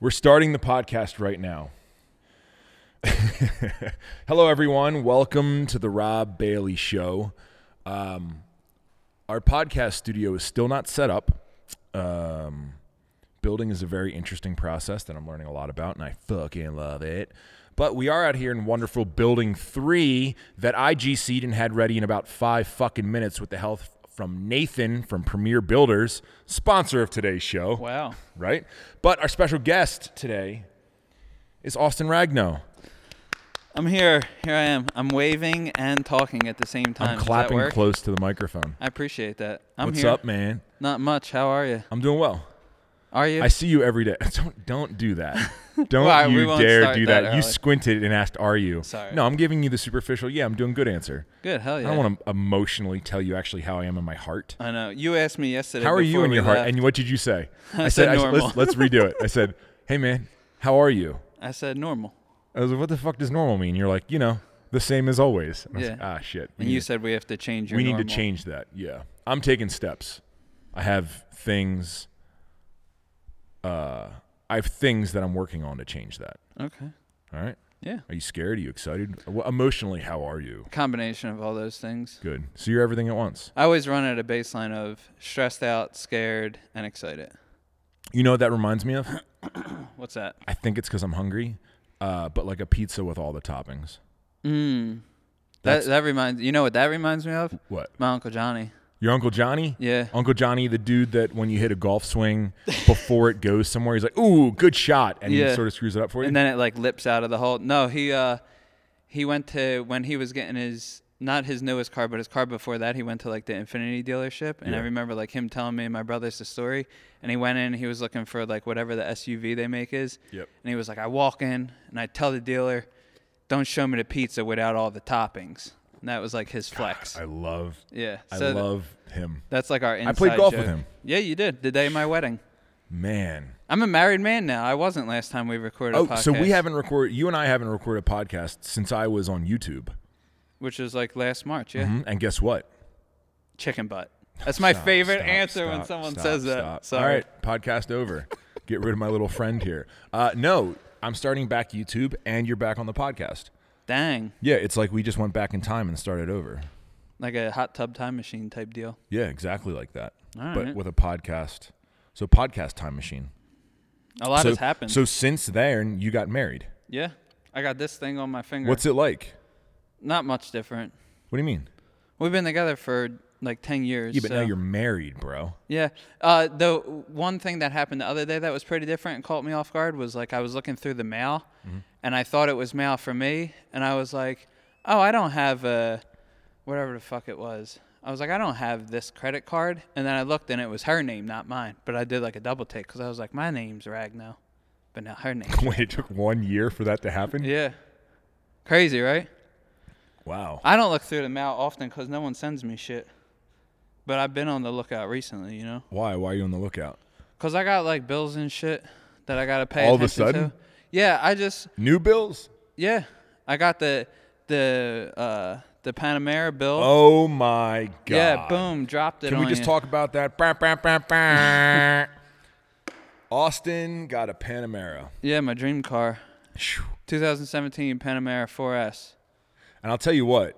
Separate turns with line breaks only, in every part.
We're starting the podcast right now. Hello, everyone. Welcome to the Rob Bailey Show. Um, our podcast studio is still not set up. Um, building is a very interesting process that I'm learning a lot about, and I fucking love it. But we are out here in wonderful building three that I GC'd and had ready in about five fucking minutes with the help from Nathan from Premier Builders, sponsor of today's show
Wow.
right? But our special guest today is Austin Ragno.
I'm here. Here I am. I'm waving and talking at the same time.
I'm
Does that
clapping
work?
close to the microphone.
I appreciate that. I'm
What's
here.
up, man?
Not much. How are you?
I'm doing well.
Are you?
I see you every day. Don't don't do that. Don't
Why, we
you
won't
dare
start
do that.
that
You
early.
squinted and asked, "Are you?"
Sorry.
No, I'm giving you the superficial. Yeah, I'm doing good. Answer.
Good. Hell yeah.
I don't want to emotionally tell you actually how I am in my heart.
I know. You asked me yesterday.
How are you
before
in
we
your heart?
left.
And what did you say? I,
said
I
normal.
let's, let's redo it. I said, "Hey, man, how are you?"
I said normal.
I was like, "What the fuck does normal mean?" You're like, "You know, the same as always." And I was
Yeah.
like, ah, shit. We
And
need
you
to-
said we have to change your.
we need
normal.
to change that. Yeah. I'm taking steps. I have things uh I have things that I'm working on to change that.
Okay.
All right?
Yeah.
Are you scared? Are you excited? Wh- Emotionally, how are you?
Combination of all those things.
Good. So you're everything at once.
I always run at a baseline of stressed out, scared, and excited.
You know what that reminds me of?
What's that?
I think it's cuz I'm hungry. Uh but like a pizza with all the toppings.
Mm. That
That's-
that reminds. You know what that reminds me of?
What?
My uncle Johnny.
Your uncle Johnny?
Yeah.
Uncle Johnny, the dude that when you hit a golf swing before it goes somewhere, he's like, "Ooh, good shot," and he
Yeah.
sort of screws it up for you.
and then it like lips out of the hole. No, he uh he went to when he was getting his not his newest car, but his car before that, he went to like the Infinity dealership and I
Yeah.
remember like him telling me and my brothers the story and he went in and he was looking for like whatever the SUV they make is.
Yep.
And he was like, I walk in and I tell the dealer, Don't show me the pizza without all the toppings. And that was like his flex.
I love
yeah.
I
So th-
love him.
that's like our inside
played golf with
joke.
him.
Yeah, you did. The day of my wedding.
Man.
I'm a married man now. I wasn't last time we recorded a
Oh,
podcast.
so we haven't recorded. You and I haven't recorded a podcast since I was on YouTube.
which was like last March, yeah.
Hmm? And guess what?
chicken butt. That's my favorite
Stop,
answer when
stop,
someone
stop,
says that.
stop.
Sorry.
All right, podcast over. Get rid of my little friend here. Uh, no, I'm starting back YouTube, and you're back on the podcast.
Dang.
Yeah, it's like we just went back in time and started over.
Like a hot tub time machine type deal.
Yeah, exactly like that.
All
but
right.
with a podcast. So podcast time machine.
A lot
so,
has happened.
So since then, you got married.
yeah. I got this thing on my finger.
What's it like?
Not much different.
What do you mean?
We've been together for like 10 years.
Yeah, but now
so-
you're married, bro.
Yeah. Uh, the one thing that happened the other day that was pretty different and caught me off guard was like I was looking through the mail and I thought it was mail for me. And I was like, oh, I don't have a whatever the fuck it was. I was like, I don't have this credit card. And then I looked and it was her name, not mine. But I did like a double take because I was like, my name's Ragno, but not her name.
Wait, it took one year for that to happen?
yeah. Crazy, right?
Wow.
I don't look through the mail often because no one sends me shit. But I've been on the lookout recently, you know?
Why? Why are you on the lookout?
Cause I got like bills and shit that I gotta pay.
All of a
attention
sudden?
to. yeah. I just
New bills?
yeah, I got the the uh the Panamera bill.
Oh my god.
yeah, boom, dropped it.
Can we
on
just
ya.
talk about that? Bah, bah, bah, bah. Austin got a Panamera.
Yeah, my dream car,
Phew.
2017 Panamera 4S.
And I'll tell you what,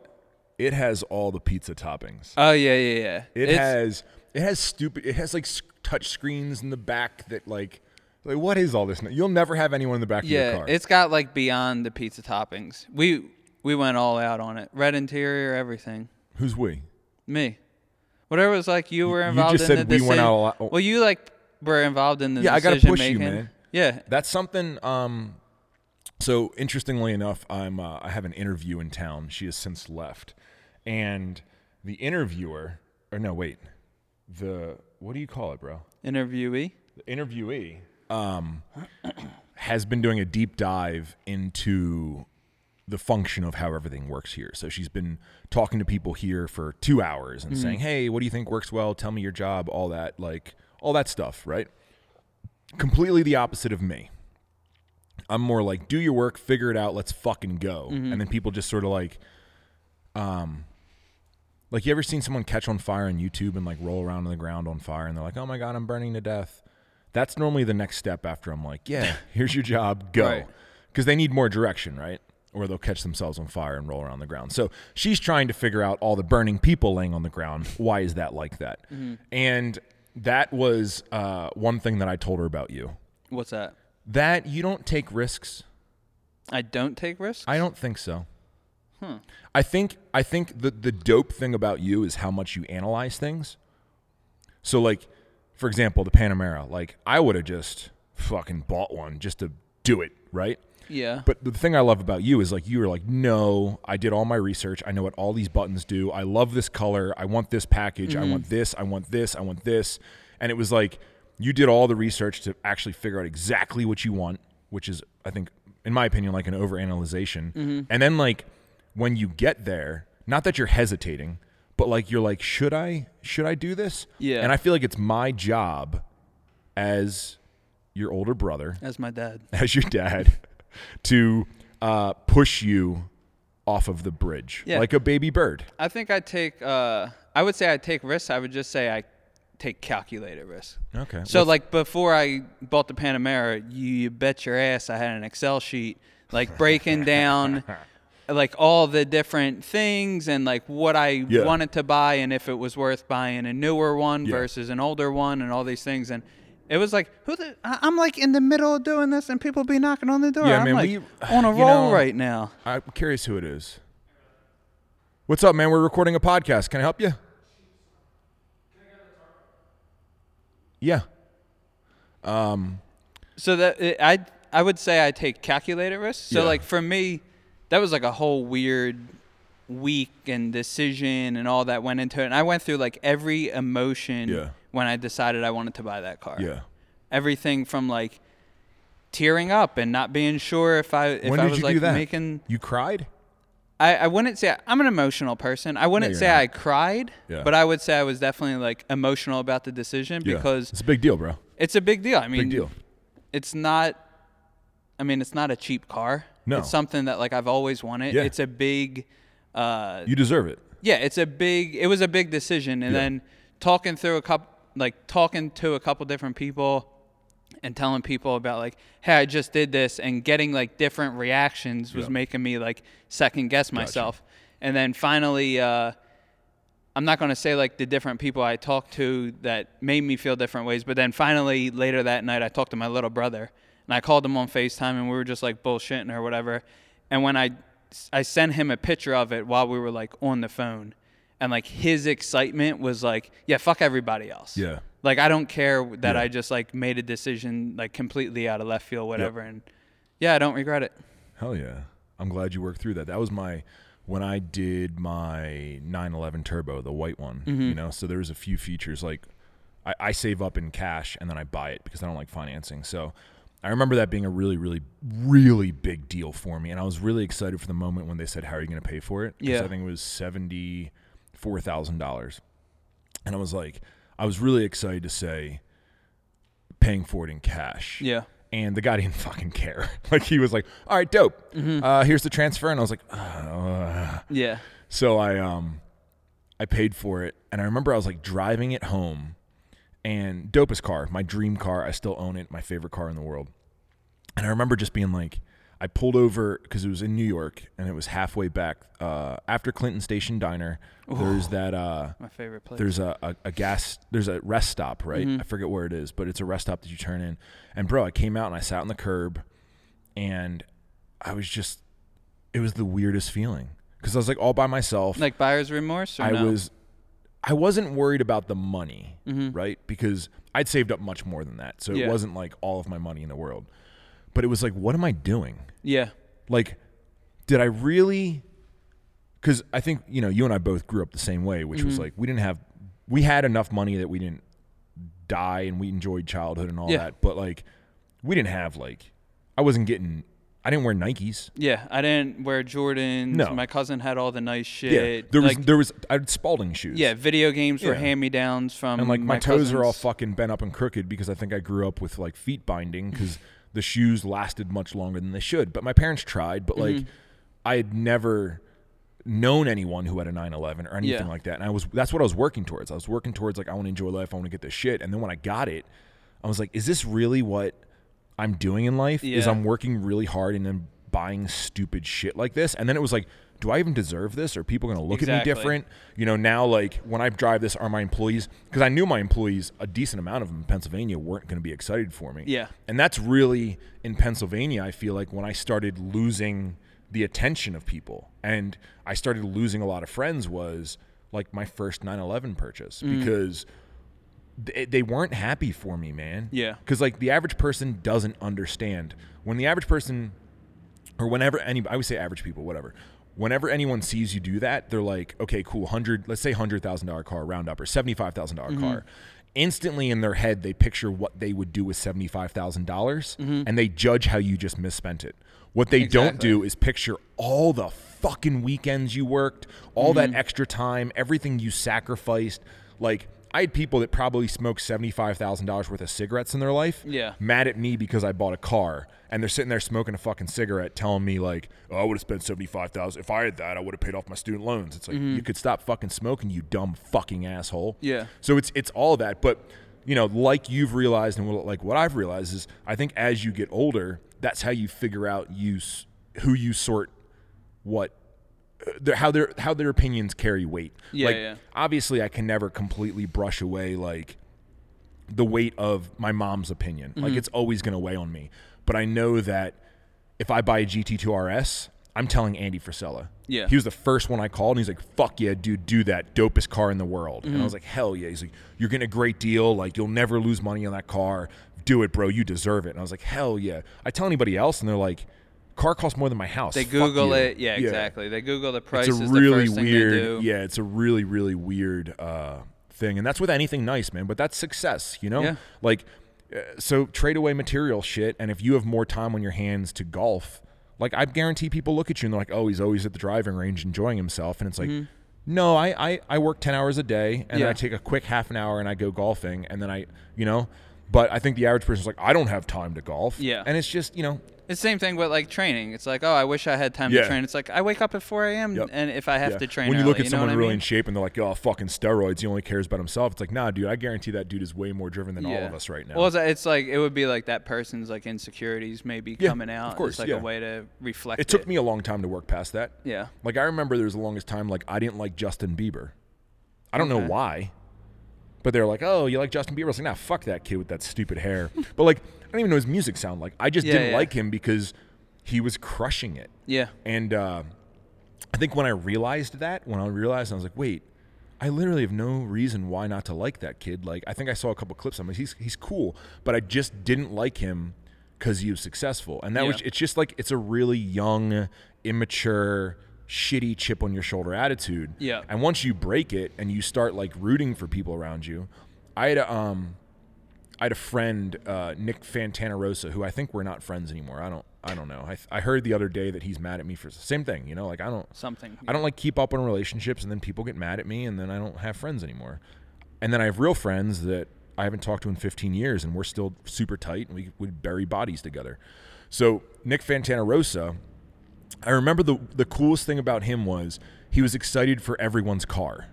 it has all the pizza toppings.
Oh yeah, yeah, yeah.
It
It's-
has it has stupid it has like s- touch screens in the back that like like what is all this? You'll never have anyone in the back of
yeah.
your car.
It's got like beyond the pizza toppings. We we went all out on it. Red interior, everything.
Who's we?
Me. Whatever it was like you were
you
involved
just
in
said
the
we
decision.
went out a lot-
Well, you like were involved in the
Yeah, I gotta
decision
push you,
making.
man.
Yeah,
That's something. Um, so interestingly enough, I'm uh, I have an interview in town. She has since left, and the interviewer, or no, wait, the what do you call it, bro?
interviewee.
The interviewee um, has been doing a deep dive into the function of how everything works here. So she's been talking to people here for two hours and saying, "Hey, what do you think works well? Tell me your job, all that, like all that stuff." Right? Completely the opposite of me. I'm more like, do your work, figure it out, let's fucking go. And then people just sort of like, um, like you ever seen someone catch on fire on YouTube and like roll around on the ground on fire and they're like, oh my god, I'm burning to death. That's normally the next step after I'm like, yeah, here's your job, go.
Right.
Because they need more direction, right? Or they'll catch themselves on fire and roll around the ground. So she's trying to figure out all the burning people laying on the ground. Why is that like that? And that was uh, one thing that I told her about you
What's that?
that you don't take risks.
I don't take risks.
I don't think so. I think I think the the dope thing about you is how much you analyze things. So like, for example, the Panamera. Like I would have just fucking bought one just to do it, right?
yeah.
But the thing I love about you is like you were like, no, I did all my research. I know what all these buttons do. I love this color. I want this package. I
Mm-hmm.
want this. I want this. I want this. And it was like you did all the research to actually figure out exactly what you want, which is, I think, in my opinion, like an overanalyzation.
Mm-hmm.
And then like when you get there, not that you're hesitating, but like you're like, should I should I do this?
Yeah.
And I feel like it's my job as your older brother
As my dad.
as your dad to uh, push you off of the bridge
Yeah.
like a baby bird.
I think I take. Uh, I would say I take risks. I would just say I take calculated risks.
Okay.
So like before I bought the Panamera, you bet your ass I had an Excel sheet like breaking down like all the different things and like what I
Yeah.
wanted to buy and if it was worth buying a newer one
Yeah.
versus an older one and all these things and it was like who the I- I'm like in the middle of doing this and people be knocking on the door.
Yeah,
I'm
man,
like
we-
on a
you
roll
know-
right now.
I'm curious who it is. What's up, man? We're recording a podcast. Can I help you? Yeah.
So that it, I I would say I take calculated risks. So
Yeah.
like for me, that was like a whole weird week and decision and all that went into it. And I went through like every emotion
Yeah.
when I decided I wanted to buy that car.
Yeah.
Everything from like tearing up and not being sure if I if
when
I
did
was
you
like
do that?
making
you cried?
I, I wouldn't say I'm an emotional person. I wouldn't
you're
say
not.
I cried,
Yeah.
but I would say I was definitely like emotional about the decision
Yeah.
because
it's a big deal, bro.
it's a big deal. I mean,
Big deal.
it's not I mean, it's not a cheap car.
No.
It's something that like I've always wanted.
Yeah.
It's a big uh
You deserve it.
yeah, it's a big it was a big decision and
Yeah.
then talking through a couple like talking to a couple different people and telling people about like, hey, I just did this and getting like different reactions was
Yeah.
making me like second guess myself. And then finally uh I'm not going to say like the different people I talked to that made me feel different ways, but then finally later that night I talked to my little brother and I called him on FaceTime and we were just like bullshitting or whatever. And when I I sent him a picture of it while we were like on the phone and like his excitement was like, yeah, fuck everybody else.
Yeah.
Like I don't care that
Yeah.
I just like made a decision like completely out of left field whatever and yeah, I don't regret it.
Hell yeah. I'm glad you worked through that. That was my when I did my 911 Turbo, the white one, you know. So there was a few features like I, I save up in cash and then I buy it because I don't like financing. So I remember that being a really, really, really big deal for me, and I was really excited for the moment when they said, "How are you going to pay for it?" 'Cause
Yeah.
I think it was seventy four thousand dollars, and I was like, I was really excited to say paying for it in cash
Yeah.
and the guy didn't fucking care. Like he was like, "All right, dope. Uh, here's the transfer," and I was like, "Ugh."
Yeah.
"So I um, I paid for it, and I remember I was like driving it home, and dopest car, my dream car. I still own it, my favorite car in the world. And I remember just being like, I pulled over because it was in New York, and it was halfway back uh, after Clinton Station Diner. There's that uh,
My favorite place.
there's a, a, a gas there's a rest stop right
Mm-hmm.
i forget where it is but it's a rest stop that you turn in and bro i came out and i sat on the curb and i was just it was the weirdest feeling because i was like all by myself
like buyer's remorse or
i
no?
was i wasn't worried about the money right because i'd saved up much more than that so
Mm-hmm. Yeah.
it wasn't like all of my money in the world but it was like what am i doing
yeah.
like did i really because i think you know you and i both grew up the same way which
Mm-hmm.
was like we didn't have we had enough money that we didn't die and we enjoyed childhood and all
Yeah.
that but like we didn't have like i wasn't getting i didn't wear nikes
Yeah, I didn't wear Jordans.
No.
My cousin had all the nice shit.
there was
like,
there was i had spalding shoes
yeah, video games were
Yeah.
hand me downs from
and like my, toes are all
cousins.
fucking bent up and crooked because I think I grew up with like feet binding because the shoes lasted much longer than they should. But my parents tried, but
Mm-hmm.
like I had never known anyone who had a 911 or anything
Yeah.
like that. And I was that's what I was working towards. I was working towards like I want to enjoy life, I want to get this shit. And then when I got it, I was like, is this really what I'm doing in life? Is
Yeah.
I'm working really hard and then buying stupid shit like this? And then it was like, do I even deserve this? Are people going to look
Exactly.
at me different? You know, now like when I drive this, are my employees? Because I knew my employees, a decent amount of them in Pennsylvania, weren't going to be excited for me.
Yeah.
And that's really in Pennsylvania, I feel like when I started losing the attention of people and I started losing a lot of friends was like my first 9/11 purchase
Mm.
because they, they weren't happy for me, man.
Yeah.
Cuz like the average person doesn't understand when the average person or whenever any I would say average people, whatever. Whenever anyone sees you do that, they're like, okay, cool, hundred, let's say hundred thousand dollar car, round up, or seventy five thousand dollar car. Instantly in their head, they picture what they would do with seventy five thousand dollars, and they judge how you just misspent it. What they don't
Exactly.
do is picture all the fucking weekends you worked, all that extra time, everything you sacrificed. Like I had people that probably smoked seventy five thousand dollars worth of cigarettes in their life,
Yeah.
mad at me because I bought a car, and they're sitting there smoking a fucking cigarette, telling me like, "Oh, I would have spent seventy five thousand if I had that. I would have paid off my student loans." It's like you could stop fucking smoking, you dumb fucking asshole.
Mm-hmm. Yeah.
So it's it's all that, but you know, like you've realized, and what, like what I've realized is, I think as you get older, that's how you figure out you s- who you sort what their, how their how their opinions carry weight.
Yeah,
like,
yeah.
Obviously, I can never completely brush away like the weight of my mom's opinion.
Mm-hmm.
Like it's always going to weigh on me. But I know that if I buy a GT2 RS, I'm telling Andy Frisella.
Yeah.
He was the first one I called, and he's like, "Fuck yeah, dude, do that dopest car in the world." And I
Mm-hmm.
was like, "Hell yeah!" He's like, "You're getting a great deal. Like you'll never lose money on that car. Do it, bro. You deserve it." And I was like, "Hell yeah!" I tell anybody else, and they're like, "Car costs more than my house."
They
Fuck
Google
you."
it. Yeah, exactly. They Google the price.
it's a
is
really
the first
weird
Thing they do.
yeah it's a really really weird uh, thing and that's with anything nice man but that's success you know
Yeah.
like uh, so trade away material shit and if you have more time on your hands to golf like i guarantee people look at you and they're like oh he's always at the driving range enjoying himself and it's like no I, I i work 10 hours a day and then
Mm-hmm. Yeah.
i take a quick half an hour and i go golfing and then i you know but i think the average person's like i don't have time to golf
Yeah.
and it's just you know
It's the same thing with like training. It's like, oh, I wish I had time
Yeah.
to train. It's like I wake up at 4 a.m.
Yep.
and if I have
Yeah.
to train,
When you
early,
look at
know
someone
what I
really
mean?
in shape and they're like, "Oh, fucking steroids," he only cares about himself. It's like, nah, dude, I guarantee that dude is way more driven than all of us right now.
Well, it's, it's like it would be like that person's like insecurities maybe
Yeah,
coming
of
out.
course,
it's like
yeah.
a way to reflect.
it took me a long time to work past that.
Yeah.
Like I remember there was the longest time like I didn't like Justin Bieber. I don't know
Okay.
why, but they're like, "Oh, you like Justin Bieber?" I was like, "Nah, fuck that kid with that stupid hair." but like, I don't even know his music sound like. I just
Yeah,
didn't
yeah.
like him because he was crushing it.
Yeah.
And uh, I think when I realized that, when I realized, I was like, wait, I literally have no reason why not to like that kid. Like, I think I saw a couple clips. I'm like, he's he's cool, but I just didn't like him because he was successful. And that was
Yeah.
it's just like it's a really young, immature, shitty chip on your shoulder attitude.
Yeah.
And once you break it and you start like rooting for people around you, I had a, um. I had a friend, uh, Nick Fantanarosa, who I think we're not friends anymore. I don't, I don't know. I, th- I heard the other day that he's mad at me for the same thing. You know, like I don't,
Something.
I don't like keep up on relationships, and then people get mad at me, and then I don't have friends anymore. And then I have real friends that I haven't talked to in 15 years, and we're still super tight, and we would bury bodies together. So Nick Fantanarosa, I remember the the coolest thing about him was he was excited for everyone's car.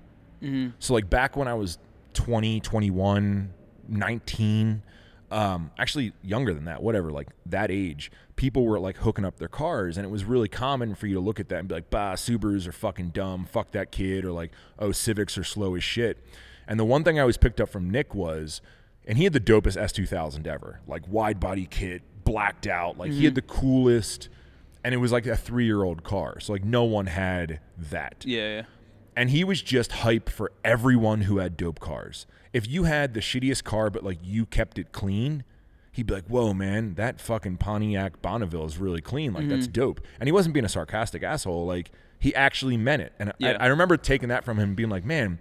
So like back when I was 20, 21, 19, um, actually younger than that, whatever, like that age, people were like hooking up their cars and it was really common for you to look at that and be like, bah, Subarus are fucking dumb, fuck that kid, or like, oh, Civics are slow as shit. And the one thing I always picked up from Nick was, and he had the dopest S2000 ever, like wide body kit, blacked out, like he had the coolest, and it was like a three year old car. So like no one had that
Yeah. yeah.
and he was just hype for everyone who had dope cars. If you had the shittiest car, but like you kept it clean, he'd be like, "Whoa, man, that fucking Pontiac Bonneville is really clean. Like that's dope." And he wasn't being a sarcastic asshole. Like he actually meant it. And
Yeah.
I, I remember taking that from him, and being like, "Man,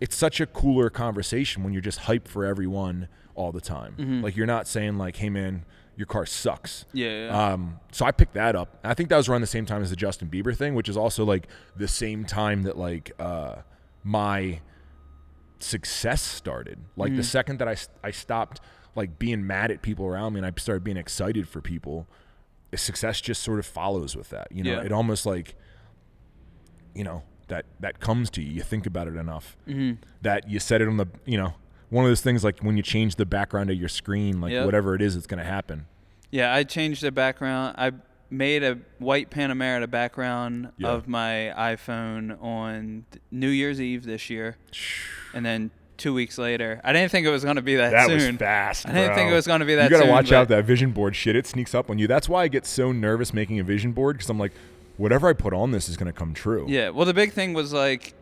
it's such a cooler conversation when you're just hype for everyone all the time. Like you're not saying like, "Hey, man." Your car sucks.
Yeah, yeah.
Um, so I picked that up. I think that was around the same time as the Justin Bieber thing, which is also like the same time that like uh, my success started. Like
Mm.
the second that I s- I stopped like being mad at people around me and I started being excited for people, eh, success just sort of follows with that. You know,
Yeah.
it almost like
Mm-hmm.
you know that that comes to you. You think about it enough that you set it on the you know one of those things like when you change the background of your screen, like
Yep.
whatever it is, it's gonna happen.
Yeah, I changed the background. I made a white Panamera the background
Yeah.
of my iPhone on th- New Year's Eve this year, and then two weeks later, I didn't think it was going to be that,
That
soon.
was fast.
I didn't
bro.
think it was gonna be that
You gotta
soon,
watch
but-
out that vision board shit. It sneaks up on you. That's why I get so nervous making a vision board because I'm like, whatever I put on this is gonna come true.
Yeah. Well, the big thing was like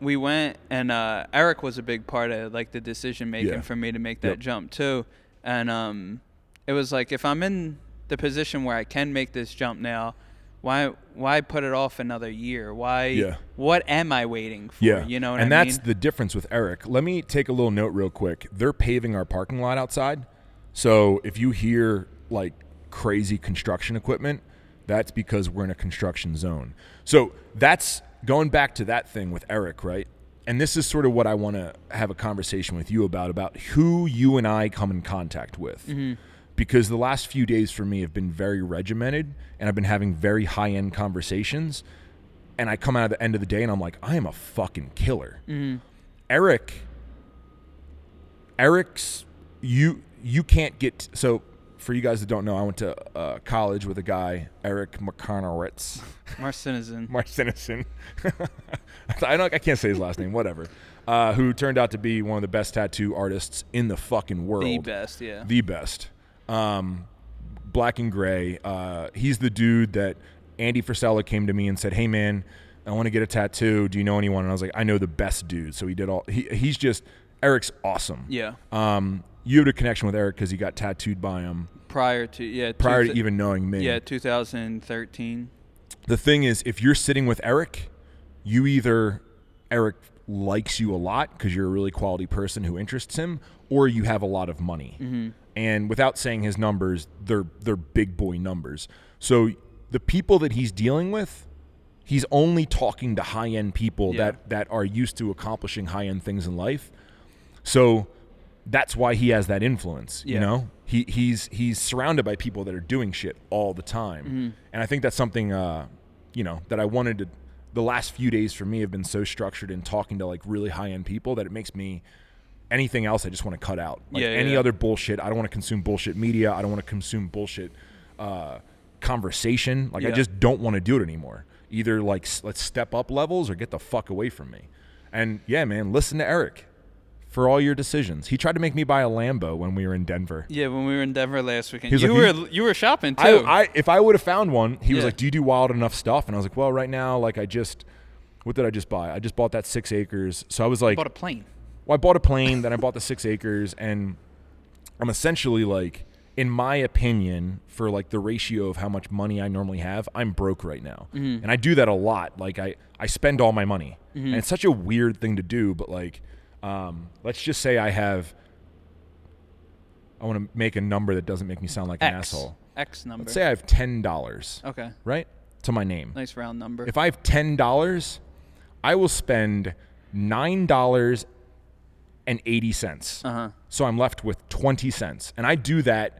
we went and uh, Eric was a big part of like the decision making
Yeah.
for me to make that
Yep.
jump too, and um, it was like if I'm in the position where I can make this jump now, why why put it off another year? Why?
Yeah.
What am I waiting for?
Yeah.
You know what
and
I
that's
mean?
the difference with Eric. Let me take a little note real quick. They're paving our parking lot outside. So if you hear like crazy construction equipment, that's because we're in a construction zone. So that's going back to that thing with Eric, right? And this is sort of what I want to have a conversation with you about about who you and I come in contact with.
Mm-hmm.
Because the last few days for me have been very regimented and I've been having very high end conversations and I come out at the end of the day and I'm like, I am a fucking killer. Eric, Eric's you you can't get so. For you guys that don't know, I went to uh, college with a guy, Eric McConoritz.
Marcinison.
Marcinison. I don't. I can't say his last name. Whatever. Uh, who turned out to be one of the best tattoo artists in the fucking world.
the best. Yeah.
The best. Um, black and gray. Uh, he's the dude that Andy Frisella came to me and said, "Hey man, I want to get a tattoo. Do you know anyone?" And I was like, "I know the best dude." So he did all. He, he's just Eric's awesome.
yeah.
Um, you had a connection with Eric because he got tattooed by him
Prior to yeah.
prior
two
to even knowing me.
yeah 2013.
the thing is, if you're sitting with Eric, you either Eric likes you a lot because you're a really quality person who interests him, or you have a lot of money. And without saying his numbers, they're they're big boy numbers. So the people that he's dealing with, he's only talking to high end people
Yeah.
that that are used to accomplishing high end things in life. So that's why he has that influence. You
Yeah.
know, he he's he's surrounded by people that are doing shit all the time,
Mm-hmm.
and I think that's something uh, you know that I wanted to. The last few days for me have been so structured in talking to like really high end people that it makes me anything else I just want to cut out. Like
Yeah,
any
yeah.
other bullshit, I don't want to consume bullshit media. I don't want to consume bullshit uh, conversation. Like I
Yeah.
just don't want to do it anymore. Either like s- let's step up levels or get the fuck away from me. And yeah, man, listen to Eric for all your decisions. He tried to make me buy a Lambo when we were in Denver.
Yeah, when we were in Denver last weekend,
He's
you
like,
were you were shopping too.
I, I if I would have found one, he was
Yeah.
like, "Do you do wild enough stuff?" And I was like, "Well, right now, like I just what did I just buy? I just bought that six acres." So I was like,
bought a plane.
well, I bought a plane, then I bought the six acres, and I'm essentially like, in my opinion, for like the ratio of how much money I normally have, I'm broke right now, and I do that a lot. Like I I spend all my money, and it's such a weird thing to do, but like, um, let's just say I have. I want to make a number that doesn't make me sound like an
X. Oh.
asshole.
X number.
Let's say I have ten dollars,
okay.
right, to my name.
Nice round number.
If I have ten dollars, I will spend nine dollars and eighty cents.
Uh-huh.
So I'm left with twenty cents, and I do that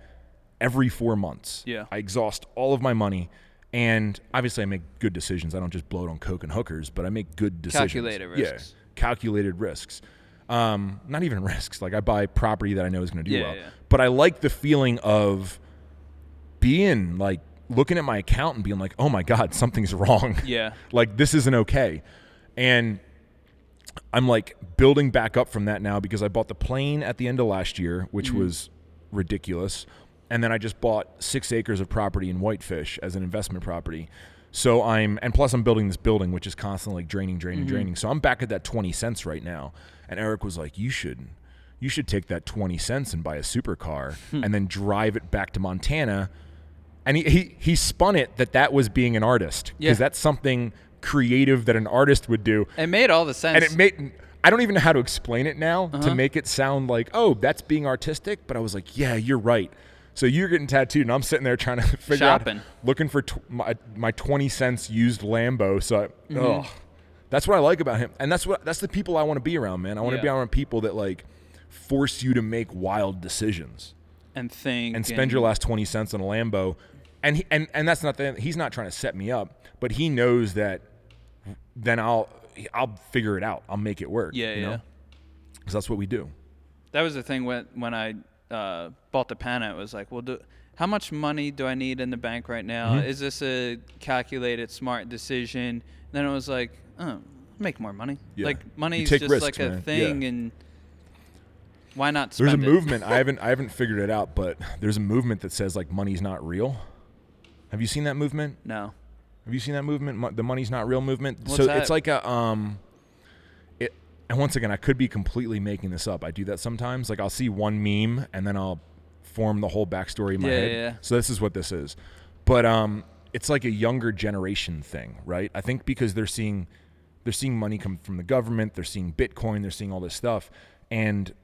every four months.
Yeah.
I exhaust all of my money, and obviously I make good decisions. I don't just blow it on coke and hookers, but I make good decisions.
Calculated risks.
Yeah, calculated risks. Um, not even risks. Like I buy property that I know is going to do
Yeah,
well,
yeah.
but I like the feeling of being like looking at my account and being like, oh my god, something's wrong.
Yeah.
like this isn't okay, and I'm like building back up from that now because I bought the plane at the end of last year, which was ridiculous. And then I just bought six acres of property in Whitefish as an investment property. So I'm, and plus I'm building this building, which is constantly like draining, draining, draining. So I'm back at that 20 cents right now. And Eric was like, you should, you should take that 20 cents and buy a supercar and then drive it back to Montana. And he, he, he spun it that that was being an artist because
Yeah.
that's something creative that an artist would do
it made all the sense.
and it made I don't even know how to explain it now
Uh-huh.
to make it sound like oh that's being artistic, but I was like yeah you're right. So you're getting tattooed, and I'm sitting there trying to figure
Shopping.
out looking for tw- my, my 20 cents used Lambo. So I,
Mm-hmm.
ugh. that's what I like about him, and that's what that's the people I want to be around, man. I want to
Yeah.
be around people that like force you to make wild decisions
and think
and spend your last 20 cents on a Lambo. And he, and and that's not the he's not trying to set me up, but he knows that then I'll I'll figure it out. I'll make it work.
Yeah, yeah.
Cuz that's what we do.
That was the thing when when I uh, bought the pen. It was like, well, do, how much money do I need in the bank right now?
Mm-hmm.
Is this a calculated, smart decision? And then it was like, oh, make more money.
Yeah.
Like
You
money's
take
just
risks,
like a
man.
thing,
Yeah.
and why not? Spend
There's a
it?
movement. I haven't I haven't figured it out, but there's a movement that says like money's not real. Have you seen that movement?
No.
Have you seen that movement? Mo- the money's not real movement.
What's
so
that?
it's like a um. It and once again, I could be completely making this up. I do that sometimes. Like I'll see one meme and then I'll form the whole backstory in my
Yeah,
head.
yeah, yeah.
So this is what this is, but um, it's like a younger generation thing, right? I think because they're seeing they're seeing money come from the government, they're seeing Bitcoin, they're seeing all this stuff, and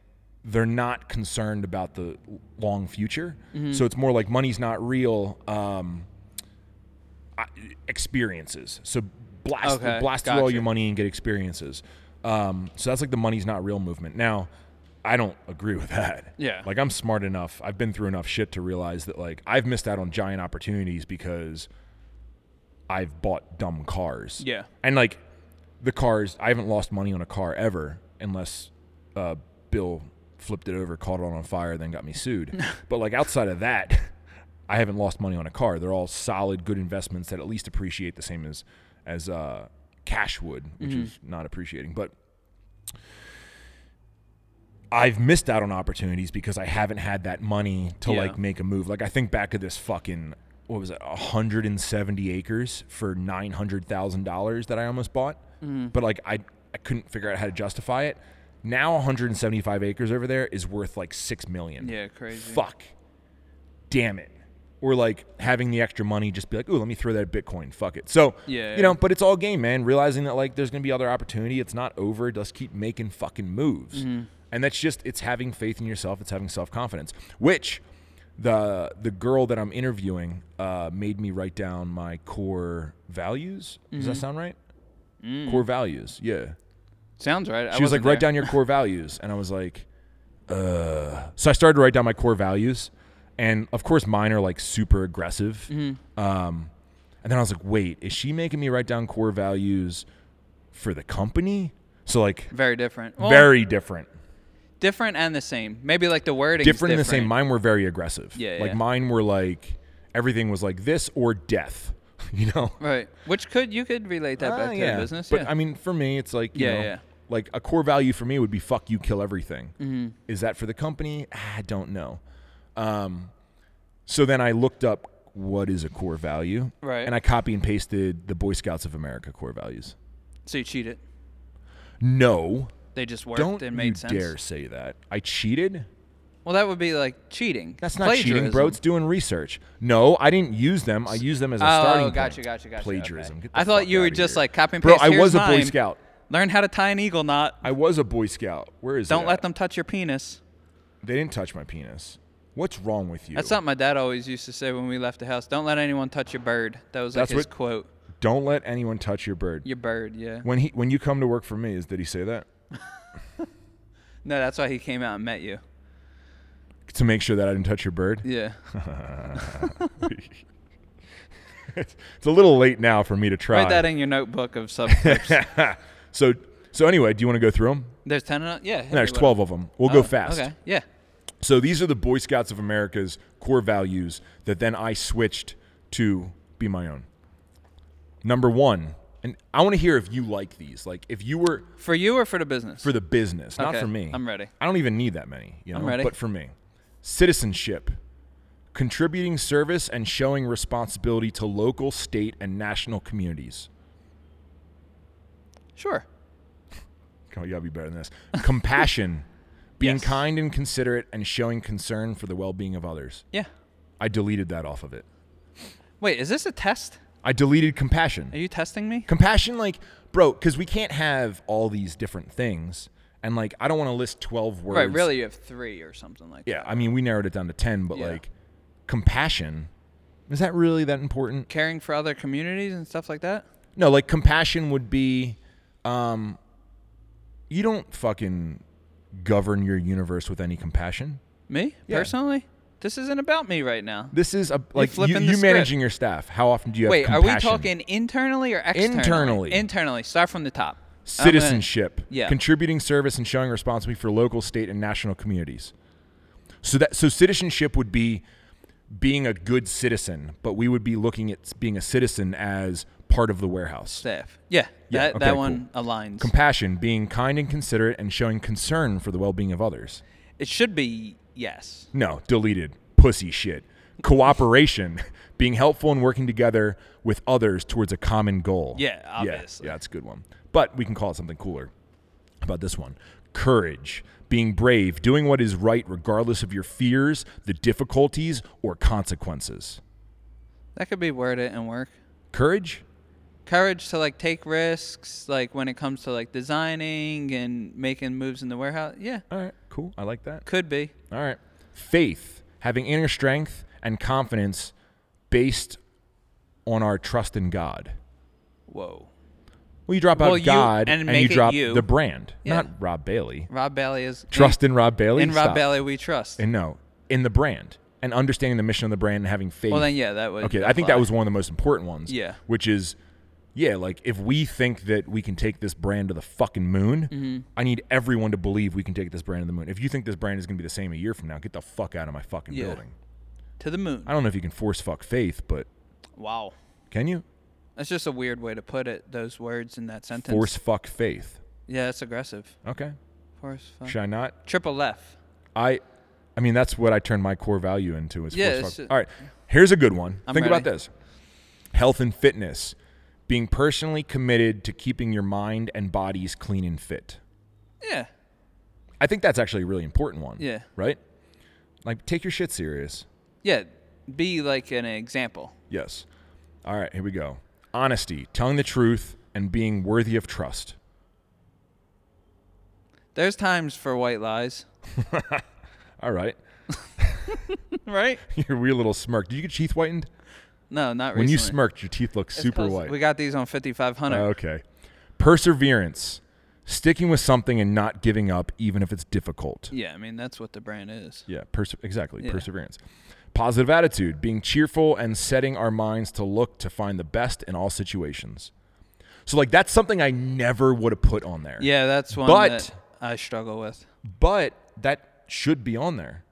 they're not concerned about the long future.
Mm-hmm.
So it's more like money's not real. Um, I- experiences. So blast
Okay,
blast through all
gotcha.
your money and get experiences. Um, so that's like the money's not real movement. Now, I don't agree with that.
Yeah.
Like I'm smart enough. I've been through enough shit to realize that like I've missed out on giant opportunities because I've bought dumb cars.
Yeah.
And like the cars, I haven't lost money on a car ever unless uh, Bill flipped it over, caught it on fire, then got me sued. but like outside of that, I haven't lost money on a car. They're all solid, good investments that at least appreciate the same as as uh, cash would, which is not appreciating. But I've missed out on opportunities because I haven't had that money to
Yeah.
like make a move. Like I think back to this fucking what was it, 170 acres for nine hundred thousand dollars that I almost bought, but like I I couldn't figure out how to justify it. Now 175 acres over there is worth like six million.
Yeah, crazy.
Fuck, damn it. Or like having the extra money, just be like, ooh, let me throw that at Bitcoin. Fuck it. So
Yeah,
you know,
yeah.
but it's all game, man. Realizing that like there's gonna be other opportunity. It's not over. Just keep making fucking moves.
Mm-hmm.
And that's just it's having faith in yourself. It's having self confidence. Which the the girl that I'm interviewing uh, made me write down my core values. Does
Mm-hmm.
that sound right?
Mm.
Core values. Yeah.
Sounds right.
She was like, write down your core values. And I was like, uh. So I started to write down my core values. And of course, mine are like super aggressive.
Mm-hmm.
Um, and then I was like, wait, is she making me write down core values for the company? So, like,
Very different. Well,
very different.
different and the same. Maybe like the wording.
Different in the same. Mine were very aggressive.
Yeah,
Like,
yeah.
mine were like, everything was like this or death, you know?
Right. Which could you could relate that
Ah,
back to
yeah.
the business.
But
yeah.
I mean, for me, it's like you
Yeah,
know,
yeah.
like a core value for me would be "fuck you, kill everything."
Mm-hmm.
Is that for the company? Ah, I don't know. Um, so then I looked up what is a core value,
Right.
And I copy and pasted the Boy Scouts of America core values.
so you cheated.
No,
They just worked
don't
and
you
made sense.
dare say that. I cheated.
Well, that would be like cheating.
That's not cheating, bro. It's doing research. No, I didn't use them. I used them as a
Oh,
starting
gotcha,
point.
gotcha, gotcha.
Plagiarism.
Okay.
Get the
I thought
fuck
you were
outta
just,
here.
like, copy and
Bro,
paste,
I
here's
was a Boy
mine.
Scout.
Learn how to tie an eagle knot.
I was a Boy Scout. Where is
Don't
it
let
at?
them touch your penis.
They didn't touch my penis. What's wrong with you?
That's something my dad always used to say when we left the house. Don't let anyone touch your bird. That was like
That's
his
what-
quote.
Don't let anyone touch your bird.
Your bird, yeah.
When he when you come to work for me, is did he say that?
No, that's why he came out and met you.
To make sure that I didn't touch your bird.
Yeah.
it's it's a little late now for me to try.
Write that in your notebook of sub.
so so anyway, do you want to go through them?
There's ten. And, yeah. hit
There's
me with 'em.
12 of them. We'll go
Oh,
fast.
Okay. Yeah.
So these are the Boy Scouts of America's core values that then I switched to be my own. Number 1, and I want to hear if you like these. Like if you were
For you or for the business?
for the business, not
Okay,
for me.
I'm ready.
I don't even need that many, you know.
ready.
But for me, citizenship, contributing service and showing responsibility to local, state, and national communities.
sure.
Come on, you gotta be better than this. Compassion, being
Yes.
kind and considerate, and showing concern for the well-being of others.
Yeah.
I deleted that off of it.
Wait, is this a test?
I deleted compassion.
Are you testing me?
Compassion, like, bro, because we can't have all these different things. And like, I don't want to list twelve words.
Right. Really, you have three or something like.
Yeah, I mean, we narrowed it down to 10, but
Yeah.
like compassion, is that really that important?
Caring for other communities and stuff like that.
No, like compassion would be um you don't fucking govern your universe with any compassion.
Me
Yeah.
personally, this isn't about me right now.
This is a like you,
flipping the
you
script.
managing your staff. How often do you have
Wait, are we
compassion?
talking internally or externally?
Internally.
Internally. Start from the top.
citizenship,
yeah.
contributing service and showing responsibility for local, state, and national communities. So that so citizenship would be being a good citizen, but we would be looking at being a citizen as part of the warehouse.
staff. Yeah,
Yeah,
that
okay,
that
cool.
one aligns.
Compassion, being kind and considerate, and showing concern for the well-being of others.
it should be yes.
No, deleted. Pussy shit. Cooperation, being helpful and working together with others towards a common goal.
Yeah, obviously.
Yeah, that's a good one. But we can call it something cooler How about this one. Courage, being brave, doing what is right regardless of your fears, the difficulties, or consequences.
That could be word it and work.
Courage?
Courage to like take risks, like when it comes to like designing and making moves in the warehouse. Yeah,
All right, cool. I like that.
could be.
All right. Faith, having inner strength and confidence based on our trust in God.
Whoa.
Well, you drop out
Well,
of
you-
God
and
and, you
make it
drop
you.
the brand,
Yeah.
not Rob Bailey.
Rob Bailey is
Trust in Rob Bailey.
in, in Rob
Stop.
Bailey we trust.
And no, in the brand and understanding the mission of the brand and having faith.
well then, yeah, that would.
okay, I think that
apply.
was one of the most important ones.
Yeah.
Which is, yeah, like if we think that we can take this brand to the fucking moon,
Mm-hmm.
I need everyone to believe we can take this brand to the moon. If you think this brand is going to be the same a year from now, get the fuck out of my fucking
Yeah.
building.
to the moon.
I don't know if you can force fuck faith, but
Wow,
can you?
that's just a weird way to put it. Those words in that sentence.
Force fuck faith.
Yeah, that's aggressive.
Okay.
Force. fuck.
Should I not?
Triple left.
I I mean that's what I turn my core value into is force
Yeah, it's
fuck-
ju-
All right. Here's a good one.
I'm
Think about
ready.
this. Health and fitness. Being personally committed to keeping your mind and bodies clean and fit.
Yeah.
I think that's actually a really important one.
Yeah.
Right? Like take your shit serious.
Yeah. Be like an example.
Yes. All right, here we go. Honesty, telling the truth and being worthy of trust.
There's times for white lies,
All right.
right?
Your weird little smirk. Did you get teeth whitened?
No, not recently.
When you smirked, your teeth look
It's
super
'cause
white.
We got these on 5500.
Oh, okay. Perseverance, sticking with something and not giving up, even if it's difficult.
Yeah, I mean that's what the brand is.
Yeah, perse- exactly.
Yeah.
Perseverance. Positive attitude, being cheerful and setting our minds to look to find the best in all situations. So, like, that's something I never would have put on there.
Yeah, that's one
But-
that I struggle with.
But that should be on there.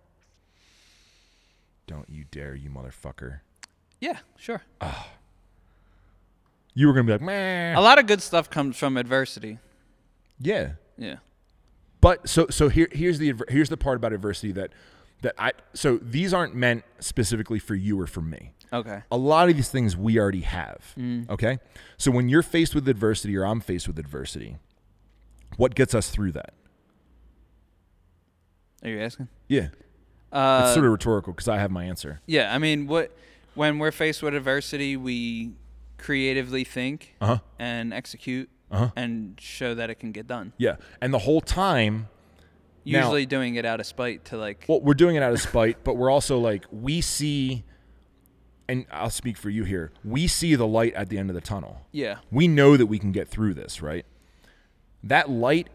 Don't you dare, you motherfucker.
Yeah, sure.
You were going to be like, meh.
A lot of good stuff comes from adversity.
Yeah.
Yeah.
But so so here here's the adver- here's the part about adversity that that I so these aren't meant specifically for you or for me.
Okay.
A lot of these things we already have. Okay? So when you're faced with adversity or I'm faced with adversity, what gets us through that?
Are you asking?
Yeah.
Uh,
it's sort of rhetorical cuz I have my answer.
yeah, I mean, what when we're faced with adversity, we creatively think
Uh-huh.
and execute
Uh-huh.
and show that it can get done.
Yeah. And the whole time Now-
Usually doing it out of spite to like
Well, we're doing it out of spite, but we're also like we see and I'll speak for you here. We see the light at the end of the tunnel.
yeah.
we know that we can get through this, right? That light,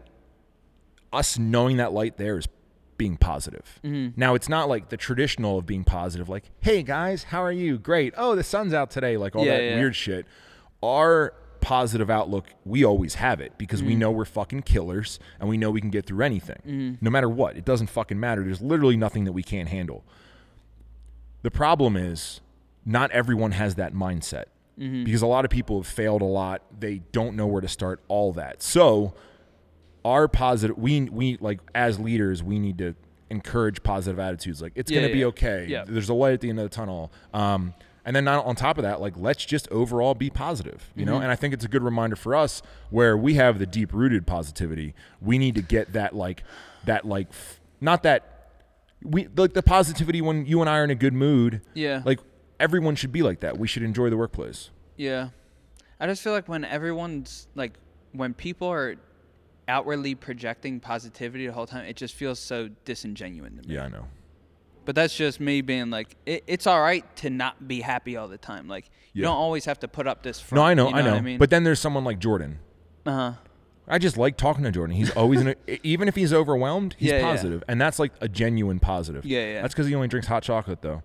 us knowing that light there is being positive.
Mm-hmm.
Now, it's not like the traditional of being positive, like, hey guys, how are you? Great. Oh, the sun's out today, like all
Yeah,
that
yeah.
weird shit. Our positive outlook, we always have it because
Mm-hmm.
we know we're fucking killers and we know we can get through anything, no matter what. It doesn't fucking matter. There's literally nothing that we can't handle. The problem is not everyone has that mindset
Mm-hmm.
because a lot of people have failed a lot. They don't know where to start, all that. So, our positive, we, we like as leaders, we need to encourage positive attitudes. Like, it's
Yeah,
going to be
yeah.
okay.
Yeah.
There's a light at the end of the tunnel. Um, and then not on top of that, like, let's just overall be positive, you
Mm-hmm.
know? And I think it's a good reminder for us where we have the deep rooted positivity. We need to get that, like, that, like, f- not that we like the positivity when you and I are in a good mood.
Yeah.
Like everyone should be like that. We should enjoy the workplace.
Yeah. I just feel like when everyone's like when people are outwardly projecting positivity the whole time, it just feels so disingenuous to me.
Yeah, I know.
But that's just me being like it, it's all right to not be happy all the time. Like you
Yeah.
don't always have to put up this front.
No, I know,
you
I know.
what I mean?
But then there's someone like Jordan.
uh-huh.
I just like talking to Jordan. He's always in a, e, even if he's overwhelmed, he's
Yeah, yeah.
positive. And that's like a genuine positive.
Yeah, yeah.
That's cuz he only drinks hot chocolate though.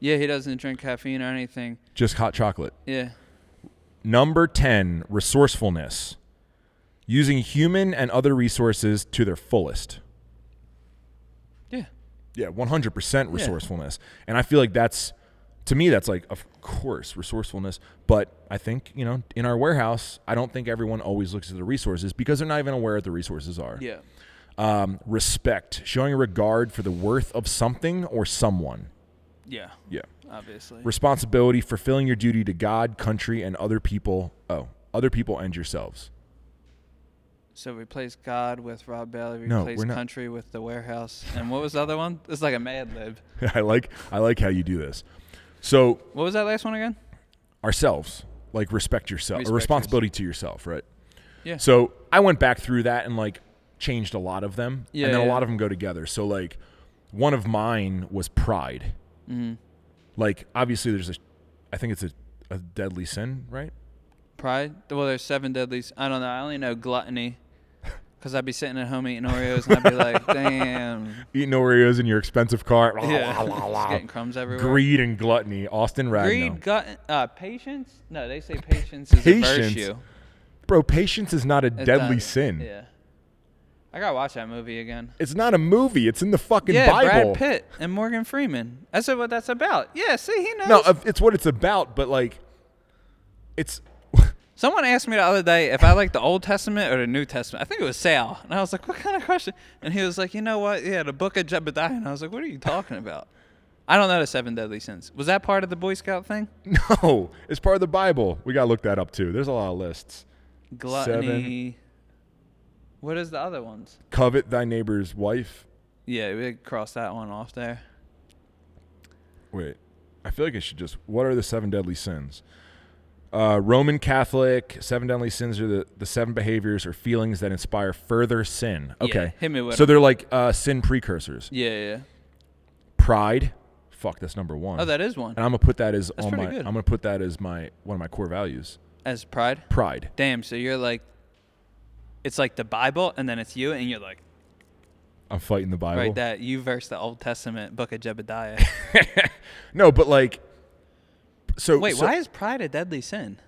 Yeah, he doesn't drink caffeine or anything.
Just hot chocolate.
Yeah.
Number 10, resourcefulness. using human and other resources to their fullest.
Yeah.
Yeah, 100% resourcefulness. And I feel like that's, to me, that's like, of course, resourcefulness. But I think, you know, in our warehouse, I don't think everyone always looks at the resources because they're not even aware what the resources are.
Yeah.
Um, respect, showing regard for the worth of something or someone.
Yeah.
Yeah.
Obviously.
Responsibility, fulfilling your duty to God, country, and other people. Oh, other people and yourselves.
So replace God with Rob Bailey.
No,
Replace
we're not-
country with the warehouse. And what was the other one? It's like a Mad Lib.
I like I like how you do this. So
What was that last one again?
ourselves, like respect yourself,
Respect
a responsibility to yourself, right?
Yeah.
So I went back through that and like changed a lot of them,
Yeah,
and then a
yeah.
lot of them go together. So like, one of mine was pride.
Mm-hmm.
Like obviously, there's a, I think it's a, a deadly sin, right?
Pride. Well, there's seven deadlies. I don't know. I only know gluttony. Cause I'd be sitting at home eating Oreos and I'd be like, damn.
Eating Oreos in your expensive car,
Yeah. Just getting crumbs everywhere.
greed and gluttony. Austin Ragnow.
Greed, gut, uh, patience. No, they say patience is a
Patience?
virtue.
bro. Patience is not a
It's
deadly
not-
sin.
Yeah. I gotta watch that movie again.
It's not a movie. It's in the fucking
yeah,
Bible.
Brad Pitt and Morgan Freeman. That's what that's about. Yeah, see, he knows.
No, uh, of- it's what it's about, but like, it's
Someone asked me the other day if I like the Old Testament or the New Testament. I think it was Sal, and I was like, "What kind of question?" And he was like, "You know what? Yeah, the Book of Jebediah." And I was like, "What are you talking about?" I don't know the seven deadly sins. Was that part of the Boy Scout thing?
no, it's part of the Bible. We gotta look that up too. There's a lot of lists.
Gluttony. What is the other ones?
Covet thy neighbor's wife.
Yeah, we could cross that one off there.
Wait, I feel like I should just. What are the seven deadly sins? Uh, Roman Catholic seven deadly sins are the, the seven behaviors or feelings that inspire further sin.
Yeah,
Okay,
hit me with
so
'em.
they're like uh, sin precursors.
Yeah, yeah, yeah.
Pride, fuck, that's number one.
Oh, that is one.
and I'm gonna put that as on
pretty
my.
good.
I'm gonna put that as my one of my core values.
As pride.
Pride.
Damn. So you're like, it's like the Bible, and then it's you, and you're like,
I'm fighting the Bible.
right? That you verse the Old Testament Book of Jebediah.
No, but like, so
Wait,
so
why is pride a deadly sin?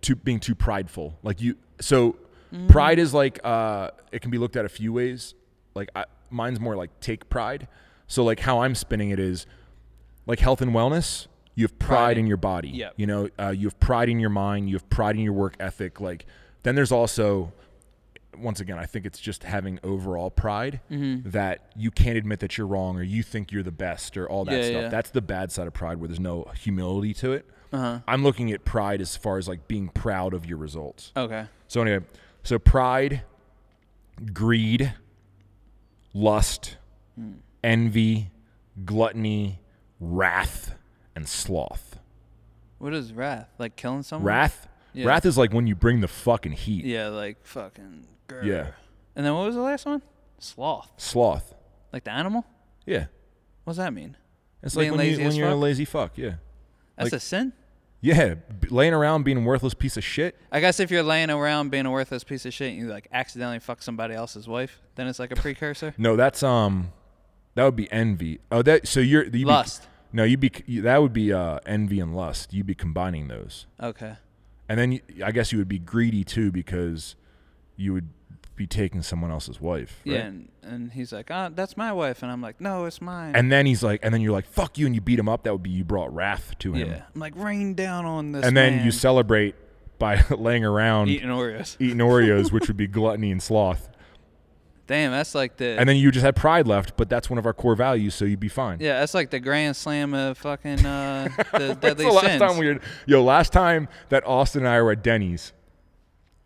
too being too prideful? Like you, so
Mm-hmm.
pride is like uh, it can be looked at a few ways. Like I, mine's more like take pride. So like how I'm spinning it is, like health and wellness. You have pride,
Pride in-
in your body.
Yep.
You know, uh, you have pride in your mind. You have pride in your work ethic. Like then there's also. Once again, I think it's just having overall pride
Mm-hmm.
that you can't admit that you're wrong or you think you're the best or all that
Yeah,
stuff.
yeah.
That's the bad side of pride where there's no humility to it.
Uh-huh.
I'm looking at pride as far as like being proud of your results.
Okay.
So anyway, so pride, greed, lust,
Mm.
envy, gluttony, wrath, and sloth.
What is wrath? Like killing someone?
Wrath?
Mm-hmm. Yeah.
Wrath is like when you bring the fucking heat.
Yeah, like fucking. Grr.
Yeah.
And then what was the last one? Sloth.
Sloth.
Like the animal?
Yeah.
What does that mean?
It's
Being
like when, you,
lazy
when
as
you're a
fuck?
lazy fuck. Yeah.
That's
Like-
a sin?
Yeah. b- Laying around being a worthless piece of shit.
I guess if you're laying around being a worthless piece of shit and you like accidentally fuck somebody else's wife, then it's like a precursor.
No, that's um, that would be envy. Oh, that so you're you
Lust.
no, you'd be you, that would be uh envy and lust. You'd be combining those,
Okay.
and then you, I guess you would be greedy too because you would be taking someone else's wife. Right?
Yeah. And, and he's like, oh, that's my wife. And I'm like, no, it's mine.
And then he's like, and then you're like, "Fuck you," and you beat him up. That would be you brought wrath to him.
yeah. I'm like, rain down on this.
And then
man.
you celebrate by laying around
Eating Oreos.
eating Oreos, which would be gluttony and sloth.
Damn, that's like the.
And then you just had pride left, but that's one of our core values, so you'd be fine.
yeah, that's like the grand slam of fucking uh, the
When's
deadly
the last
sins.
time we were, yo, last time that Austin and I were at Denny's.